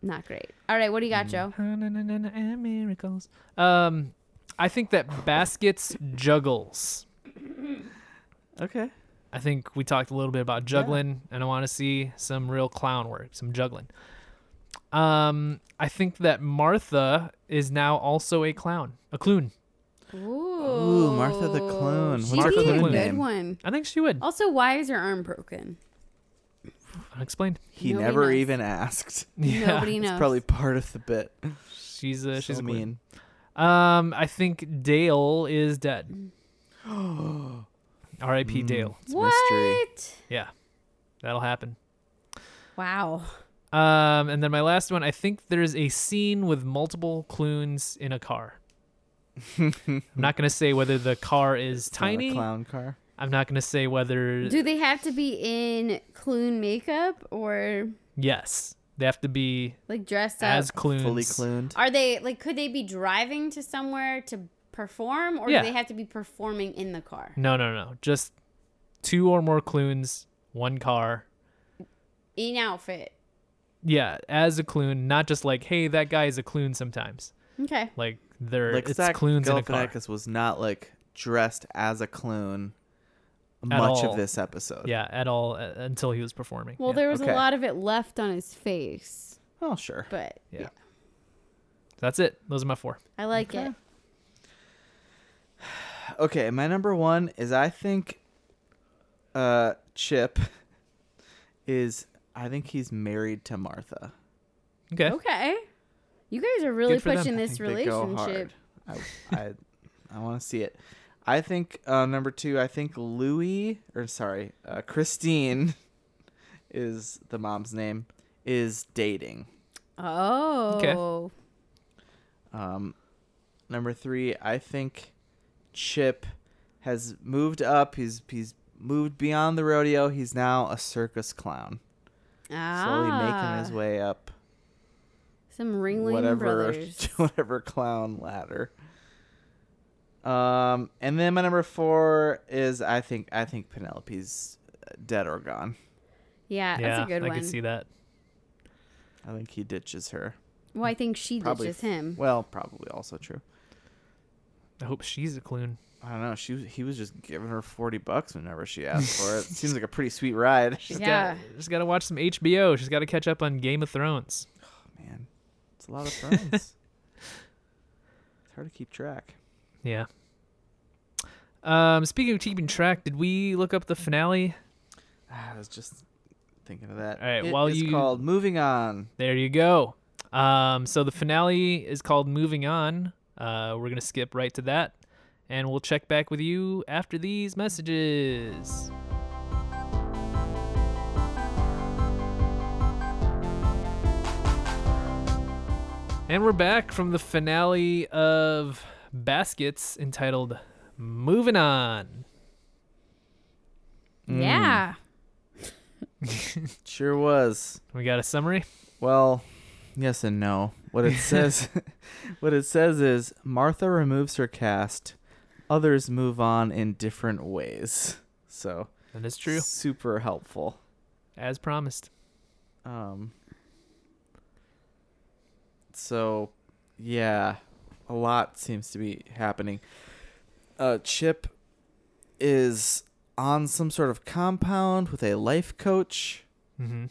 Not great. All right, what do you Mm. got, Joe? And miracles. Um, I think that baskets juggles. Okay. I think we talked a little bit about juggling, and I want to see some real clown work, some juggling. Um, I think that Martha is now also a clown, a clown. Ooh, Martha the Clone. She'd Martha be the a Clone. good one. I think she would. Also, why is her arm broken? Unexplained. He Nobody never knows. even asked. Yeah. Nobody knows. It's probably part of the bit. She's a she's So a queen. mean. Um, I think Dale is dead. Hmm. R.I.P. Dale. It's a what? mystery. Yeah, that'll happen. Wow. Um, and then my last one. I think there's a scene with multiple clones in a car. I'm not gonna say whether the car is It's not a tiny. clown car. I'm not gonna say whether Do they have to be in Clune makeup or yes they have to be like dressed up as clones. Fully cloned. Are they like could they be driving to somewhere to perform or Yeah. do they have to be performing in the car? No, no, no. Just two or more clones one car. in outfit. Yeah, as a Clune, not just like, hey, that guy is a Clune sometimes. Okay. Like they're like it's Zach Clunes in a car. Galifianakis was not like dressed as a clone At much all. of this episode. Yeah, at all uh, until he was performing. Well, yeah. there was Okay. a lot of it left on his face, Oh sure. but Yeah. That's it. Those are my four. I like it. Okay, my number one is I think uh Chip is I think he's married to Martha. Okay. Okay. You guys are really Good for them. pushing I this think they go relationship. hard. I I, I want to see it. I think uh, number two. I think Louis or sorry, uh, Christine is the mom's name is dating. Oh. Um, number three. I think Chip has moved up. He's he's moved beyond the rodeo. He's now a circus clown. Slowly making Ah. his way up Some Ringling whatever Brothers. whatever clown ladder. Um, and then my number four is I think I think Penelope's uh, dead or gone. Yeah, yeah, that's a good I one. could see that. I think he ditches her. Well, I think she Probably ditches him. Well, probably also true. I hope she's a Clune. I don't know. She was- he was just giving her forty bucks whenever she asked for it. Seems like a pretty sweet ride. She's Yeah. got she's got to watch some HBO. She's got to catch up on Game of Thrones. Man, it's a lot of thrones. it's hard to keep track. Yeah. Um, speaking of keeping track, did we look up the finale? Ah, I was just thinking of that. All right, It while is you- called moving on. There you go. Um, so the finale is called Moving On. Uh, we're gonna skip right to that, and we'll check back with you after these messages. And we're back from the finale of Baskets entitled Moving On. Mm. Yeah. Sure was. We got a summary? Well, yes and no. What it says what it says is Martha removes her cast, others move on in different ways. So That is true. super helpful. As promised. Um So yeah, a lot seems to be happening. Uh Chip is on some sort of compound with a life coach Mm-hmm.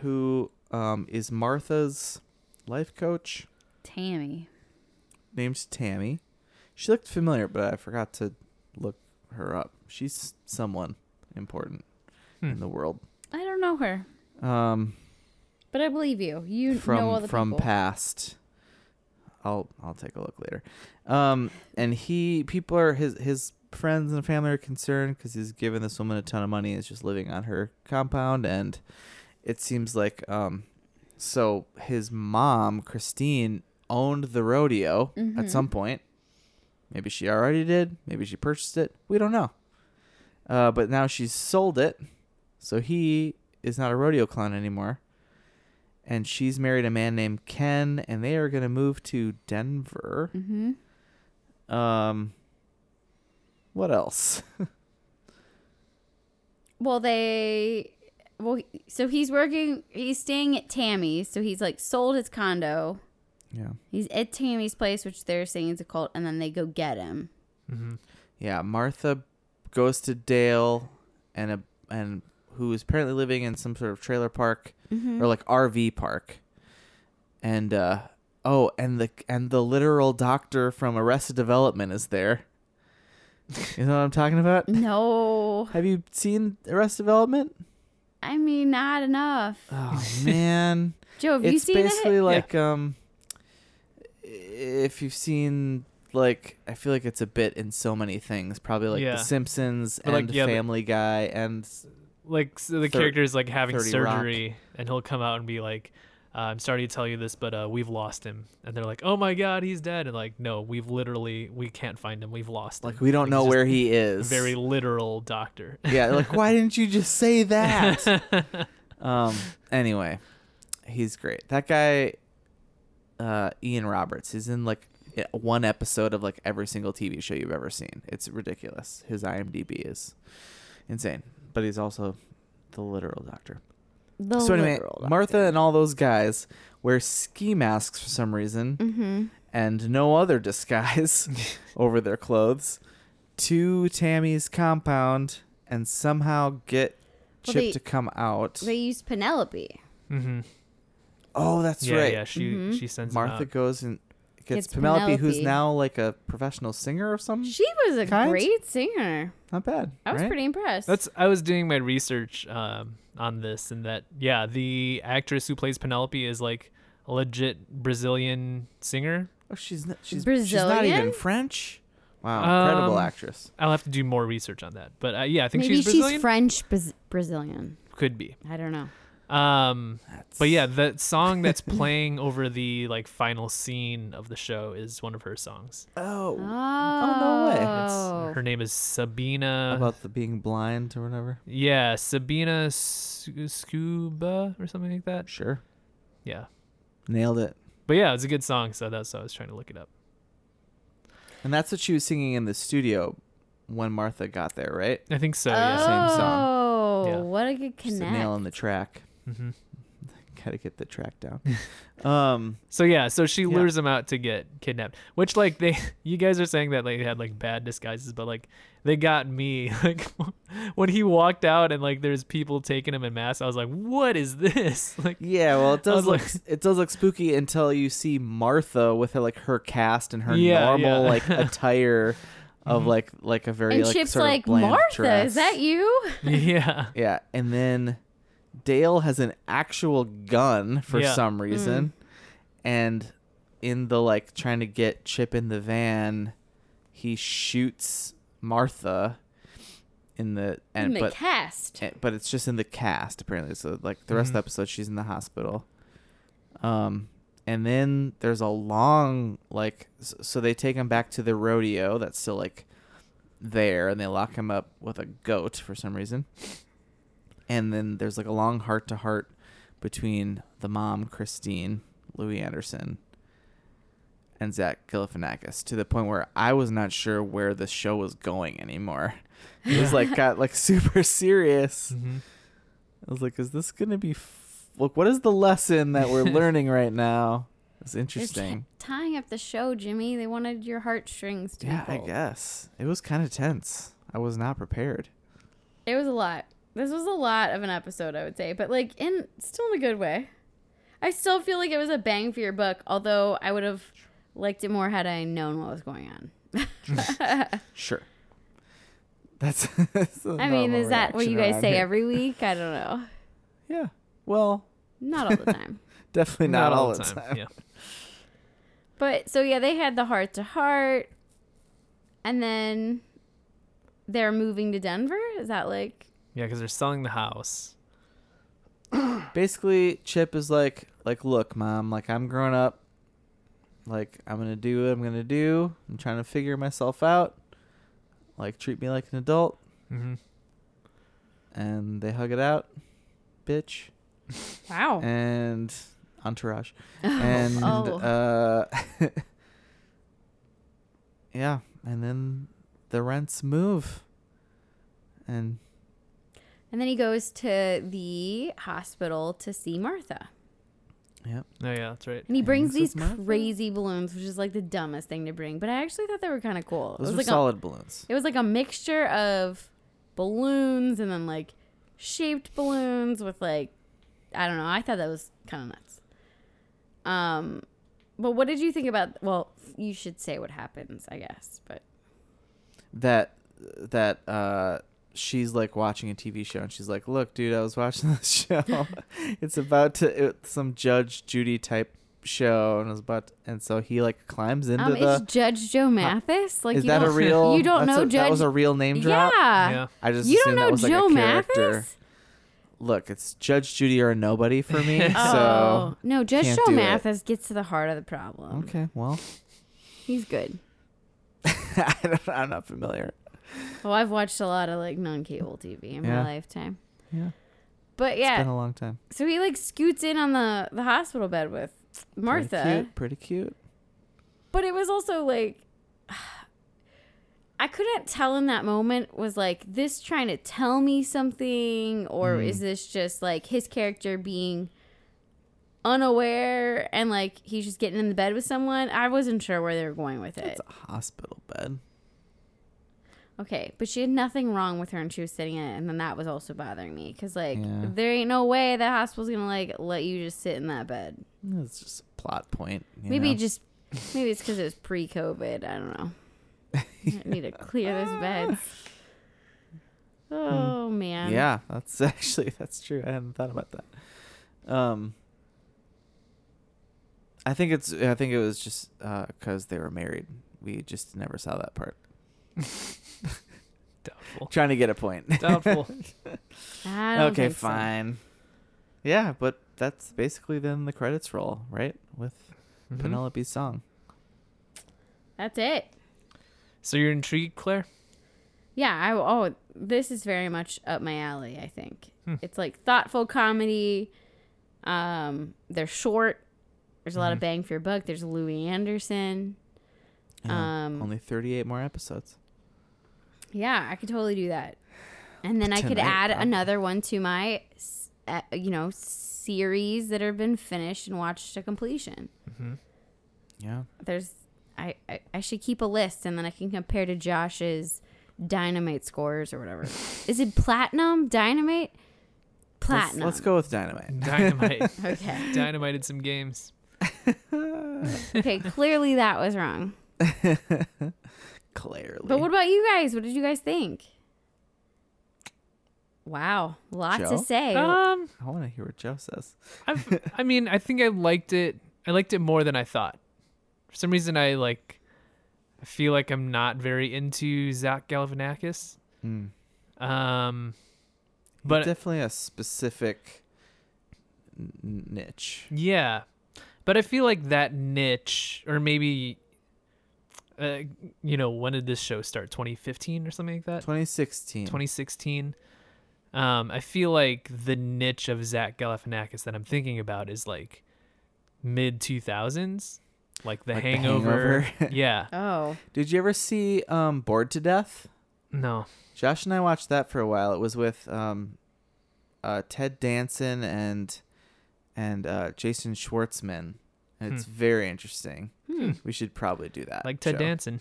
who um, is Martha's life coach. Tammy. named Tammy. She looked familiar, but I forgot to look her up. She's someone important in Hmm. the world. I don't know her, Um, but I believe you. You know all from the from people. past. I'll I'll take a look later. Um, and he people are his his friends and family are concerned because he's given this woman a ton of money. Is just living on her compound, and it seems like um, so his mom Christine owned the rodeo Mm-hmm. at some point. Maybe she already did. Maybe she purchased it. We don't know. Uh, but now she's sold it, so he is not a rodeo clown anymore. And she's married a man named Ken, and they are going to move to Denver. Mm-hmm. Um, what else? Well, they. Well, he- so he's working. He's staying at Tammy's. So he's like sold his condo. Yeah, He's at Tammy's place, which they're saying is a cult, and then they go get him. Mm-hmm. yeah. Martha goes to Dale, and a and who is apparently living in some sort of trailer park or like RV park, and uh, oh, and the and the literal doctor from Arrested Development is there. You know what I'm talking about? No, Have you seen Arrested Development? I mean not enough. Oh man. Joe, have you it's seen basically it? like um if you've seen like I feel like it's a bit in so many things, probably like Yeah. The Simpsons But, like, and yeah, but- Family Guy and like so the Thir- character is like having 30 Rock. surgery and he'll come out and be like uh, i'm sorry to tell you this but uh, we've lost him and they're like oh my god he's dead and like no we've literally we can't find him we've lost like him we don't know he's where he is. just very literal doctor yeah, like why didn't you just say that? um anyway, he's great. That guy uh Ian Roberts is in like i- one episode of like every single TV show you've ever seen. It's ridiculous. His IMDb is insane, but he's also the literal doctor. The so anyway, literal Martha and all those guys wear ski masks for some reason Mm-hmm. and no other disguise over their clothes to Tammy's compound and somehow get Chip Well, they- to come out. They use Penelope. Mm-hmm. oh, that's yeah, right. yeah. She Mhm. she sends him Martha out. goes and gets, Gets Penelope, who's Penelope. now like a professional singer or something. She was a Kind? great singer. Not bad. I was right? pretty impressed. That's I was doing my research um, on this and that yeah, the actress who plays Penelope is like a legit Brazilian singer. Oh, she's not, she's, she's not even Brazilian? French. Wow, incredible Um, actress. I'll have to do more research on that. But uh, yeah, I think Maybe she's she's, Brazilian. French Braz- Brazilian. Could be. I don't know. Um That's- but yeah, that song that's playing over the like final scene of the show is one of her songs. Oh, Oh, no way. It's It's, her name is Oh. Sabina. about the being blind or whatever. yeah, Sabina Su- Scuba or something like that. Sure, Yeah. nailed it. But yeah, it's a good song, so that's why I was trying to look it up. And that's what she was singing in the studio when Martha got there, right? I think so, oh, yeah. same song. Yeah. what a good Just the nail connect. in the track. hmm Gotta get the track down. um, So yeah, so she Yeah. lures him out to get kidnapped. Which like they, you guys are saying that like, they had like bad disguises, but like they got me. Like when he walked out and like there's people taking him in masks, I was like, what is this? Like yeah, well, it I does was look like- it does look spooky until you see Martha with her, like her cast and her Yeah, Mhm. normal yeah. like attire of like like a very And like Chip's sort of like, bland Martha, dress. is that you? yeah, Yeah, and then Dale has an actual gun for Yeah. some reason, Mm. and in the like trying to get Chip in the van, he shoots Martha in the and in the but cast. eh, but it's just in the cast apparently. So like the rest of the episode, she's in the hospital. Um, and then there's a long like s- so they take him back to the rodeo that's still like there, and they lock him up with a goat for some reason. And then there's like a long heart to heart between the mom Christine Louis Anderson and Zach Galifianakis to the point where I was not sure where the show was going anymore. It was like got like super serious. Mhm. I was like, is this gonna be? F- Look, what is the lesson that we're learning right now? It's They're t- interesting. tying up the show, Jimmy. They wanted your heartstrings to Yeah, be I pulled. guess it was kind of tense. I was not prepared. It was a lot. This was a lot of an episode, I would say, but like in still in a good way. I still feel like it was a bang for your buck, although I would have liked it more had I known what was going on. Sure. That's. that's a I mean, normal is that what reaction you guys around say here. every week? I don't know. Yeah. Well, Not all the time. definitely not, all, the time. Yeah, But so yeah, they had the heart to heart and then they're moving to Denver. Is that like yeah, because they're selling the house. Basically, Chip is like, like, look, mom, like I'm grown up. Like I'm gonna do what I'm gonna do. I'm trying to figure myself out. Like treat me like an adult. hmm and they hug it out, bitch, wow. and entourage, and Oh. uh, yeah, and then the rents move, and And then he goes to the hospital to see Martha. Oh yeah, that's right. And he brings this is these Martha? crazy balloons, which is like the dumbest thing to bring. But I actually thought they were kind of cool. those it was were like solid balloons. a, it was like a mixture of balloons and then like shaped balloons with like I don't know. I thought that was kind of nuts. Um, but what did you think about? Well, you should say what happens, I guess. But That that uh, she's like watching a TV show, and she's like, "Look, dude, I was watching this show. it's about to it's some Judge Judy type." show and it was about and so he like climbs into um, the uh, it's Judge Joe Mathis. Like is you that a don't, real you don't that's know a- that was Judge- a real name drop Yeah. yeah, I just You don't assumed know that was Joe like a character. Mathis? Look, it's Judge Judy or a nobody for me. Oh so no, Judge can't Joe do it. Mathis gets to the heart of the problem. okay, well, He's good. I don't, I'm not familiar. Well, Oh, I've watched a lot of like non-cable TV in Yeah. my lifetime. Yeah, But it's yeah, been a long time. so he like scoots in on the the hospital bed with pretty Martha, cute, pretty cute. but it was also like I couldn't tell in that moment was like this trying to tell me something or Mm. is this just like his character being unaware and like he's just getting in the bed with someone. I wasn't sure where they were going with it. It's a hospital bed. Okay, but she had nothing wrong with her and she was sitting in it and then that was also bothering me cuz like Yeah. there ain't no way the hospital's going to like let you just sit in that bed. It's just a plot point. you Maybe know? just maybe it's because it was pre-COVID. I don't know. I need to clear this bed. Oh man. Hmm. yeah, that's actually that's true. I hadn't thought about that. Um, I think it's I think it was just because they were married. We just never saw that part. Doubtful. Trying to get a point. Doubtful. Mm-hmm. I don't okay, think so. fine. Yeah, but that's basically then the credits roll, right? With Mhm. Penelope's song. That's it. So you're intrigued, Claire? Yeah. I oh, this is very much up my alley. I think Hmm. it's like thoughtful comedy. Um, they're short. There's a lot Mm-hmm. of Mhm. bang for your buck. There's Louis Anderson. Yeah, Um, Only 38 more episodes. Yeah, I could totally do that. And then I could Tonight, add probably. another one to my, s- uh, you know, series that have been finished and watched to completion. Mm-hmm. Yeah. There's, I, I, I should keep a list and then I can compare to Josh's dynamite scores or whatever. Is it platinum? Dynamite? Let's- Platinum. Let's, go with Dynamite. Dynamite. Okay. Dynamited some games. Okay. Clearly that was wrong. Clearly. But what about you guys? What did you guys think? Wow. Lots Joe? Ah. to say. Um, I want to hear what Joe says. I've, I mean, I think I liked it. I liked it more than I thought. For some reason, I like. I feel like I'm not very into Zach Galifianakis. Um, But Hmm. But- definitely a specific n- niche. Yeah, but I feel like that niche, or maybe, uh, you know, when did this show start? 2015 or something like that. 2016. 2016. Um, I feel like the niche of Zach Galifianakis that I'm thinking about is like mid 2000s, like The Like The Hangover. Hangover. yeah. Oh. Did you ever see um, Bored to Death? No. Josh and I watched that for a while. It was with um, uh, Ted Danson and and uh, Jason Schwartzman. And it's very interesting. Hmm. We should probably do that. Hmm. Like Ted Joe. Danson.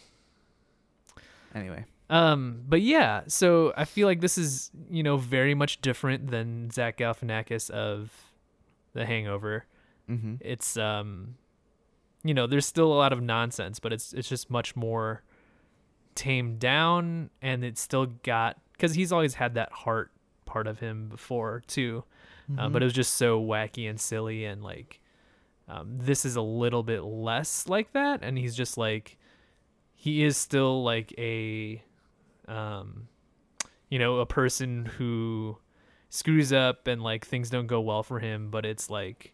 Anyway, Um, but yeah, so I feel like this is you know very much different than Zach Galifianakis of The Hangover. hmm it's um you know there's still a lot of nonsense but it's it's just much more tamed down and it's still got because he's always had that heart part of him before too uh, but it was just so wacky and silly and like um, this is a little bit less like that and he's just like he is still like a um you know a person who screws up and like things don't go well for him but it's like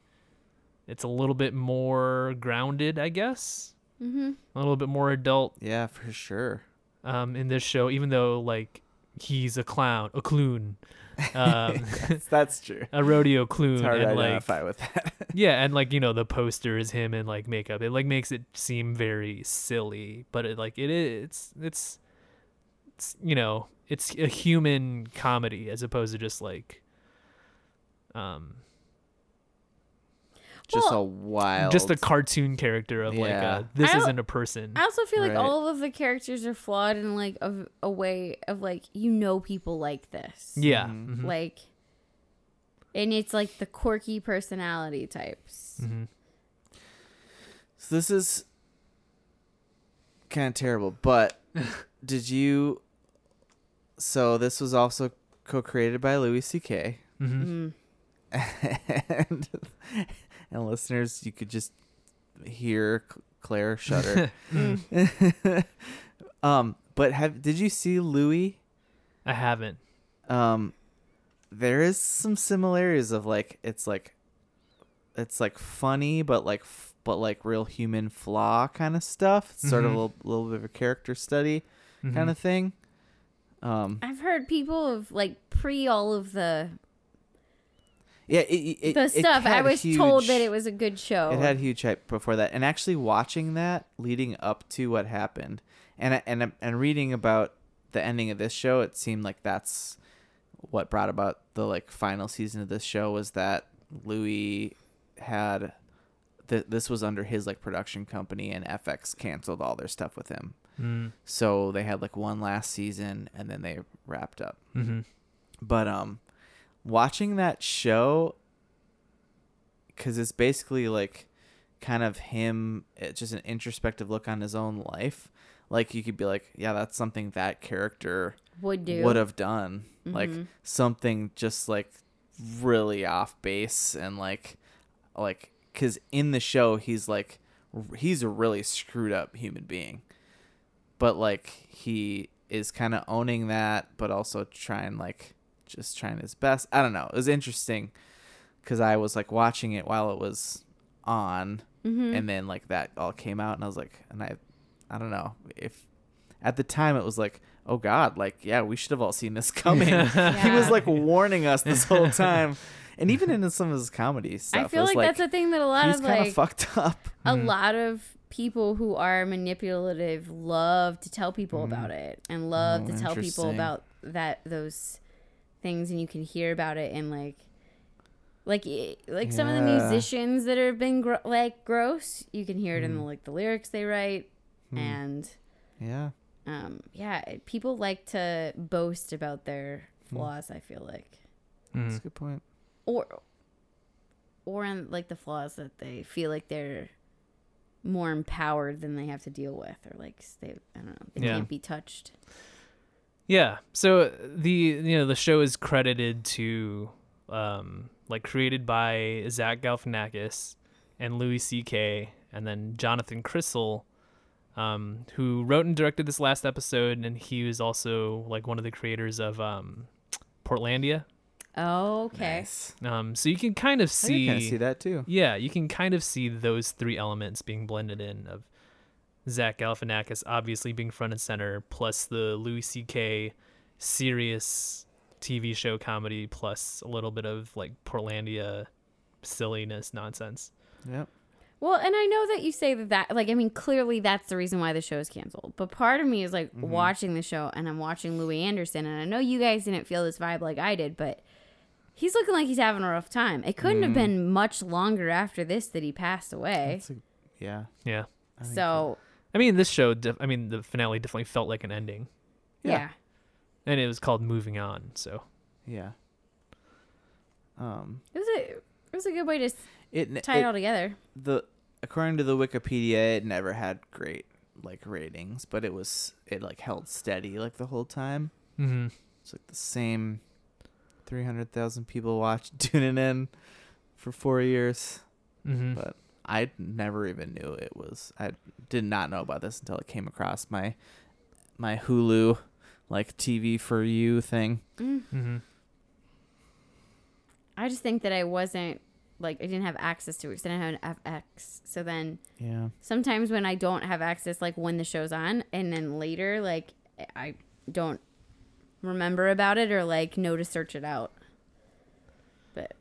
it's a little bit more grounded i guess Mm-hmm. a little bit more adult yeah, for sure. um in this show even though like he's a clown a clown um Yes, that's true. a rodeo clown It's hard to and like identify with that. yeah and like you know the poster is him in like makeup it like makes it seem very silly but it like it is it's it's, it's you know it's a human comedy as opposed to just like um just Well, a wild. just a cartoon character of like Yeah. a, this I- isn't a person I also feel like Right. all of the characters are flawed in like a, a way of like you know people like this. yeah Mhm. mhm, Like and it's like the quirky personality types. mhm. So this is kind of terrible, but did you? So this was also co-created by Louis C.K. Mhm. Mm-hmm. Mm. and and listeners, you could just hear C- Claire shudder. um, but have did you see Louis? I haven't. Um, there is some similarities of like it's like it's like funny, but like f- but like real human flaw kind of stuff. It's sort of a Mhm. little, little bit of a character study Mhm. kind of thing. Um, I've heard people of like pre all of the yeah, it, it, it- the it stuff. I had was told that huge- it was a good show. It had huge hype before that. And actually watching that leading up to what happened and I- and I- and reading about the ending of this show, it seemed like that's what brought about the like final season of this show was that Louis had th- this was under his like production company and FX canceled all their stuff with him. Mm. So they had like one last season and then they wrapped up. Mm-hmm. But um watching that show cuz it's basically like kind of him it's just an introspective look on his own life. Like you could be like, yeah, that's something that character Would do. would have done. Like Mhm. something just like really off base and like like cuz in the show he's like r- he's a really screwed up human being. But like he is kind of owning that but also trying like just trying his best. I don't know. It was interesting cuz I was like watching it while it was on Mhm. and then like that all came out and i was like and i i don't know if at the time it was like oh god like yeah we should have all seen this coming he was Yeah. like warning us this whole time and even in some of his comedy stuff I feel like, that's a thing that a lot he's of kind of like fucked up a Mhm. lot of people who are manipulative love to tell people Mhm. about it and love Oh, to tell people interesting. about that those things and you can hear about it and like like i- like some of the Yeah. musicians that have been gro- like gross you can hear it Mm. in the, like the lyrics they write Hmm. and yeah um yeah it- people like to boast about their Mm. flaws i feel like that's a Mm. good point or or on like the flaws that they feel like they're more empowered than they have to deal with or like s- they I don't know they Yeah. can't be touched. Yeah. So the you know the show is credited to um like created by Zach Galifianakis and Louis C.K. and then Jonathan Crystal, um, who wrote and directed this last episode, and he was also like one of the creators of um, Portlandia. Okay. Nice. Um, so you can kind of I did see, kind of Oh, see that too yeah, you can kind of see those three elements being blended in of Zach Galifianakis obviously being front and center, plus the Louis C.K. serious TV show comedy, plus a little bit of like Portlandia silliness nonsense. yep Well, and I know that you say that, that like I mean clearly that's the reason why the show is canceled. But part of me is like Mm-hmm. watching the show and I'm watching Louis Anderson and I know you guys didn't feel this vibe like I did, but he's looking like he's having a rough time. It couldn't have been much longer after this that he passed away. Mm-hmm. That's a- yeah Yeah. I think So, I mean, this show, def- I mean, the finale definitely felt like an ending, Yeah. yeah. and it was called Moving On. So, yeah um It was a it was a good way to s- it, n- tie it, it all together. the according to the Wikipedia, it never had great like ratings, but it was it like held steady like the whole time. mm-hmm. It's like the same three hundred thousand people watched tuning in for four years. Mm-hmm. But I never even knew it was. I did not know about this until it came across my my Hulu like TV for you thing. Mm-hmm. Mm. I just think that I wasn't like I didn't have access to it because I didn't have an FX. So then Yeah. sometimes when I don't have access, like when the show's on, and then later like I don't remember about it or like know to search it out. But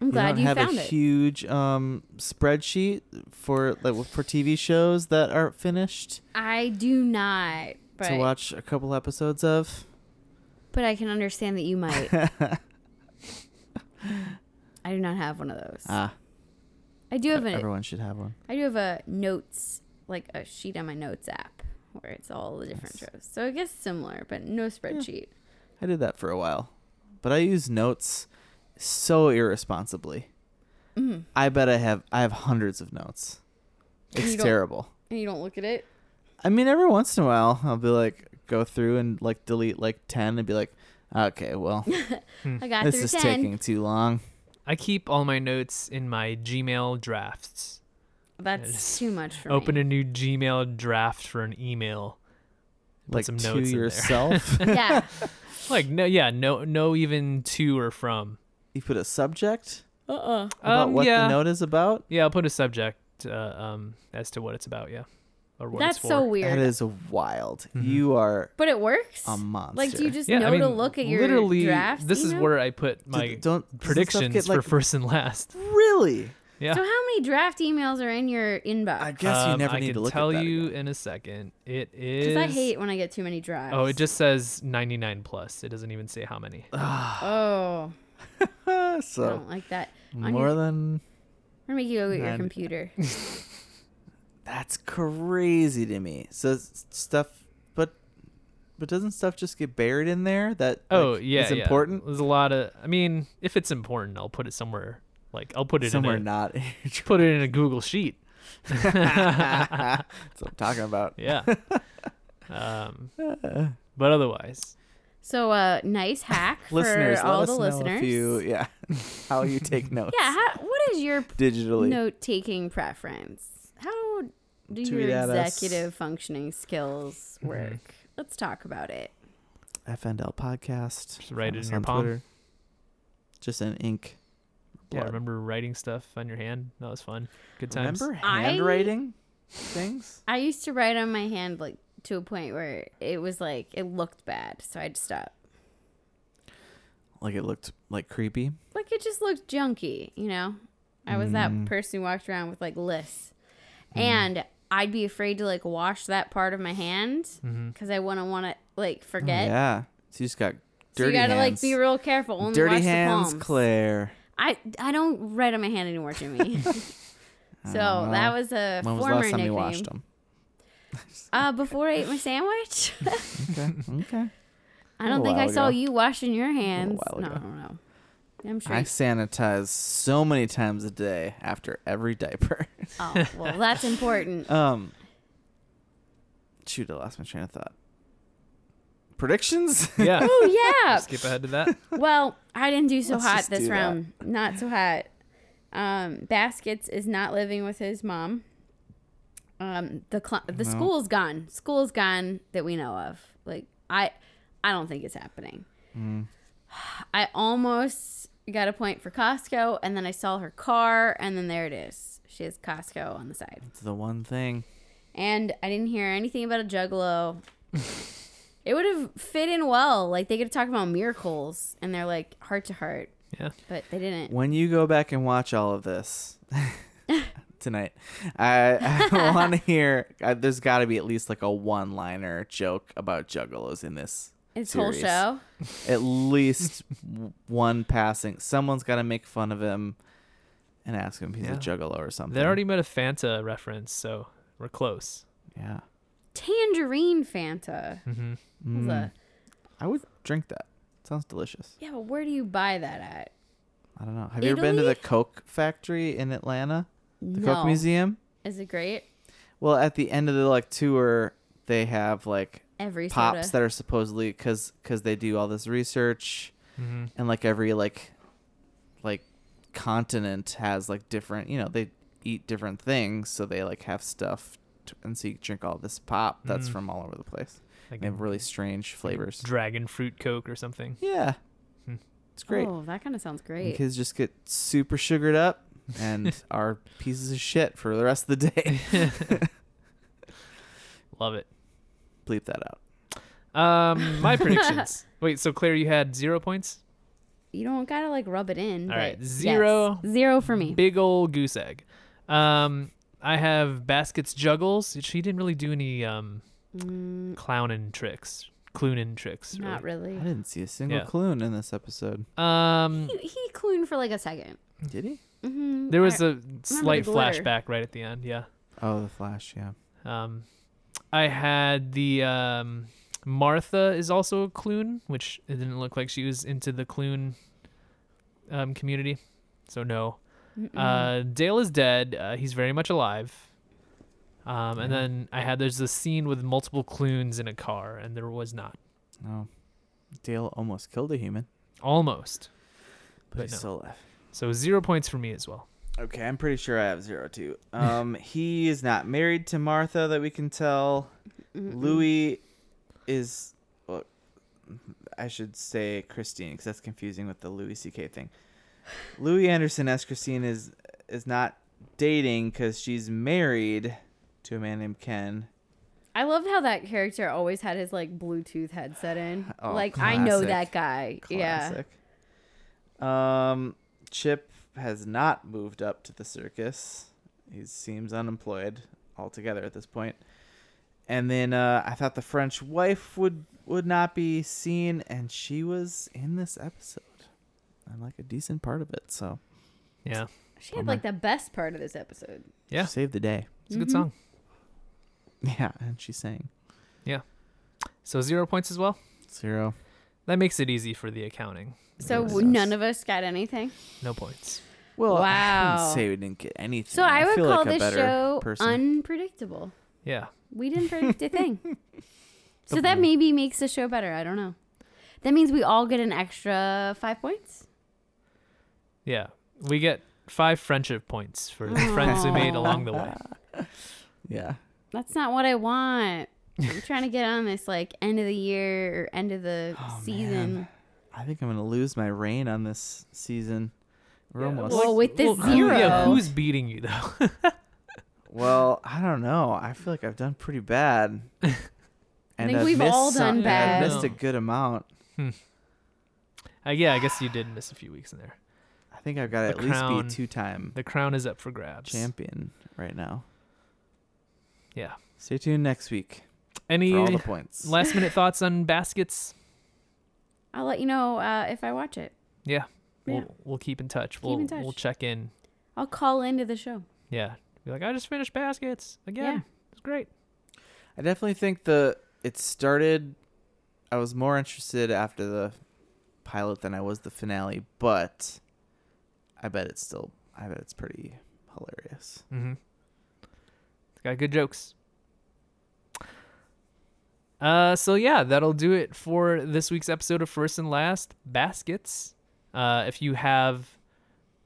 I'm glad don't you, have found a it. huge um spreadsheet for like for TV shows that are finished. I do not. But, to watch a couple episodes of. but I can understand that you might. I do not have one of those. Ah, I do have an everyone should have one. I do have a notes, like a sheet on my notes app where it's all the different Nice. shows. So I guess similar, but no spreadsheet. I did that for a while, but I use notes so irresponsibly. Mhm. I bet I have I have hundreds of notes. And It's you don't- terrible. And you don't look at it? I mean, every once in a while, I'll be like go through and like delete like ten and be like, okay, well, I got this through is 10. taking too long. I keep all my notes in my Gmail drafts. That's Yes. too much for Open me. a new Gmail draft for an email. Put Like some to notes in there. yourself. yeah. Like no, yeah, no, no, even to or from. you put a subject Uh uh about Um, what yeah, the note is about. yeah. I'll put a subject uh, um, as to what it's about. Yeah, or what That's it's for. so weird. That is wild. Mhm. You are but it works? a monster. like, do you just yeah, know I mean, to look at your literally. drafts? this is email? where I put Did- my don't does the stuff predictions get, for like, first and last. Really? Yeah. So how many draft emails are in your I inbox? guess you Um, never I need can to look tell at that you again. in a second. It Because is. I hate when I get too many drafts. Oh, it just says 99 plus. It doesn't even say how many. Uh, Oh, I so don't like that. On your- more than I'm gonna make you go get your Nine. computer. that's crazy to me. So s- stuff, but but doesn't stuff just get buried in there? That like, Oh yeah, is yeah. important. There's a lot of. I mean, if it's important, I'll put it somewhere. Like I'll put it Somewhere in a, not. in your put it in a Google sheet. That's what I'm talking about. Uh, Yeah. um, but otherwise, So uh, nice hack Listeners, for all let us the know listeners. if you, yeah, how you take notes Yeah, how, what is your digitally. note taking preference? How do Tweet your at us. Mm-hmm. executive functioning skills work? Let's talk about it. FNL podcast. Just write Find it us in your on palm. Just in ink. yeah. Blood. Remember writing stuff on your hand? That was fun. Good times. Remember I- handwriting things? I used to write on my hand like to a point where it was like it looked bad, so I'd stop. Like it looked like creepy. Like it just looked junky, you know. I was Mm-hmm. that person who walked around with like lists, and I'd be afraid to like wash that part of my hand because I wouldn't want to like forget. Oh, Yeah. So you just got So dirty you gotta like hands. be real careful. Only dirty wash hands, the palms. Claire. I I don't write on my hand anymore, Jimmy. so well, that was a Oh, When was the former last time nickname. you washed them? Uh, before I ate my sandwich, Okay. Okay. I don't A think I while saw ago. you washing your hands. while No, ago. no, no. I'm sure. I you- sanitize so many times a day after every diaper. oh, well, that's important. Um. Shoot, I lost my train of thought. Predictions? Mm-hmm. Yeah. oh yeah. Skip ahead to that. Well, I didn't do so Let's hot just do this that. round. Not so hot. Um, Baskets is not living with his mom. Um, the cl- the school's gone. School's gone that we know of. Like I, I don't think it's happening. I almost got a point for Costco, and then I saw her car, and then there it is. She has Costco on the side, It's the one thing. and I didn't hear anything about a Juggalo. it would have fit in well. Like they could have talked about miracles, and they're like heart to heart Yeah. but they didn't. When you go back and watch all of this tonight, I, I want to hear. I, there's got to be at least like a one-liner joke about juggalos in this. His series. whole show. At least w- one passing. Someone's got to make fun of him and ask him if he's Yeah. a juggalo or something. They already made a Fanta reference, so we're close. Yeah. Tangerine Fanta. Mm-hmm. Was Hmm. Mm. a- I would drink that. Sounds delicious. yeah, but where do you buy that at? I don't know. Have you ever been to Italy? the Coke factory in Atlanta? The no. Coke Museum? Is it great? Well, at the end of the like tour, they have like Every pops soda. that are supposedly because because they do all this research, Mm-hmm. and like every like like continent has like different you know they eat different things, so they like have stuff, t- and so you drink all this pop that's from all over the place. Like They a have really strange flavors. dragon fruit coke or something. Yeah, it's great. Oh, that kind of sounds And great. kids just get super sugared up and are pieces of shit for the rest of the day. Love it. Bleep that out. Um, my predictions. Wait, so Claire, you had zero points. You don't gotta like rub it in. All but right, zero. yes. Zero for me. Big old goose egg. Um, I have baskets juggles. She didn't really do any um Mm, clowning tricks, clooning tricks. Really. not really. I didn't see a single Yeah. clue in this episode. Um, He, he clued for like a second. Did he? Mm-hmm. there was a slight glitter. flashback right at the end. Yeah. Oh, the Flash. Yeah. Um, I had the um, Martha is also a Clune, which it didn't look like she was into the Clune um, community, so no. Mm-hmm. Uh, Dale is dead. Uh, he's very much alive. Um, and then I had there's a scene with multiple Clunes in a car, and there was not No. Oh. Dale almost killed a human, almost. but, But he's no. still alive. So zero points for me as well. Okay, I'm pretty sure I have zero too. Um, he is not married to Martha that we can tell. Louis is. Well, I should say Christine because that's confusing with the Louis C.K. thing. Louis Anderson as Christine is is not dating because she's married to a man named Ken. I loved how that character always had his like Bluetooth headset in. Oh, like I know classic. that guy. Yeah. Classic. Um, Chip has not moved up to the circus. He seems unemployed altogether at this point. And then uh, I thought the French wife would would not be seen, and she was in this episode, and like a decent part of it. So Yeah. She had like the best part of this episode. Yeah. she saved the day. It's a good Mhm. song. Yeah, and she sang So zero points as well. zero. That makes it easy for the accounting. So Yes. w none of us got anything. No points. Well, I Wow. wouldn't say we didn't get anything. So I would feel call like a this better show person. unpredictable. Yeah. We didn't predict a thing. so that maybe makes the show better. I don't know. That means we all get an extra five points. Yeah. We get five friendship points for the friends we made along the way. yeah. That's not what I want. I'm trying to get on this like end of the year or end of the Oh, season. man. I think I'm gonna lose my reign on this season. We're almost. well, with this who- Yeah, zero- who's beating you though? Well, I don't know. I feel like I've done pretty bad. And think we've all missed done some- bad. I've missed a good amount. uh, yeah, I guess you did miss a few weeks in there. I think I've got to The at least be crown. a two-time The crown is up for grabs. champion right now. Yeah. Stay tuned next week for all Any the points. last minute thoughts on baskets? I'll let you know uh, if I watch it. Yeah. We'll, Yeah. we'll keep in touch. we'll in touch. we'll check in. I'll call into the show. Yeah. Be like, I just finished baskets again. Yeah. It's great. I definitely think the it started. I was more interested after the pilot than I was the finale, but I bet it's still. I bet it's pretty hilarious. Mm-hmm. It's got good jokes. Uh, so yeah, that'll do it for this week's episode of First and Last Baskets. Uh, if you have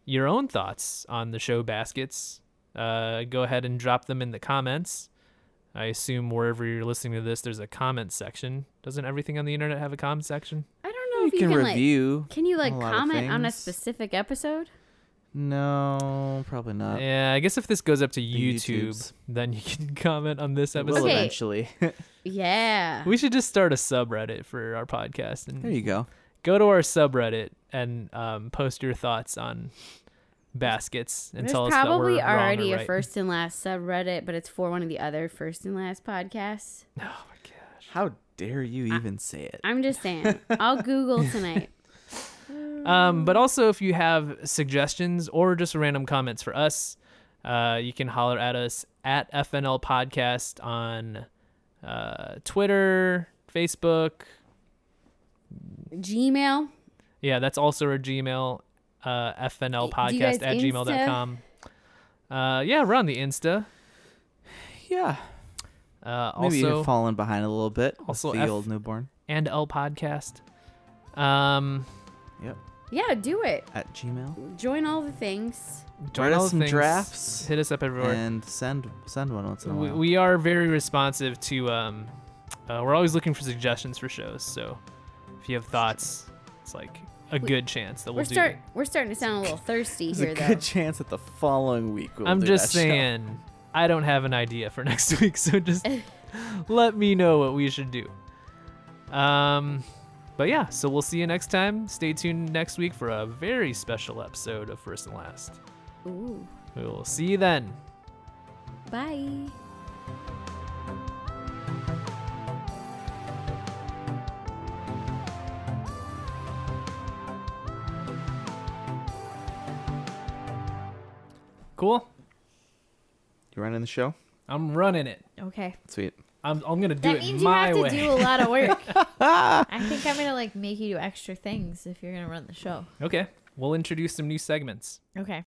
your own thoughts on the show Baskets, uh, go ahead and drop them in the comments. I assume wherever you're listening to this, there's a comment section. Doesn't everything on the internet have a comment section? I don't know if you you can, can, review. like. Can you like a lot of comment on a things. specific episode? No, probably not. yeah, I guess if this goes up to YouTube, Uh, YouTubes. then you can comment on this It will episode. Okay. eventually. Yeah. We should just start a subreddit for our podcast and there you go. go to our subreddit and um, post your thoughts on baskets and There's tell us that we're probably wrong or already a right. first and last subreddit, but it's for one of the other first and last podcasts. Oh my gosh. How dare you Ah. even say it? I'm just saying. I'll Google tonight. Um, but also, if you have suggestions or just random comments for us, uh, you can holler at us at FNL Podcast on uh, Twitter, Facebook. Gmail. Yeah, that's also our Gmail, uh, FNL Y- do you guys Podcast at Insta? gmail.com. Uh, yeah, we're on the Insta. Yeah. Uh, Maybe also, you've fallen behind a little bit. with also the F- old newborn and L Podcast. Um, Yeah, do it. at Gmail. Join all the things. join Write all us the some things. drafts Hit us up everywhere. and send send one once in a We, while. we are very responsive to. Um, uh, we're always looking for suggestions for shows. So if you have thoughts, it's like a good chance that we'll We're do. start. We're starting to sound a little thirsty There's here, a though. good chance that the following week we'll I'm do just that show. saying, I don't have an idea for next week, so just let me know what we should do. Um, but yeah, so we'll see you next time. Stay tuned next week for a very special episode of First and Last. Ooh. We will see you then. Bye. Cool. You running the show? I'm running it. Okay. Sweet. I'm, I'm gonna do That it means you my have way. to do a lot of work. I think I'm gonna like make you do extra things if you're gonna run the show. Okay, we'll introduce some new segments. Okay.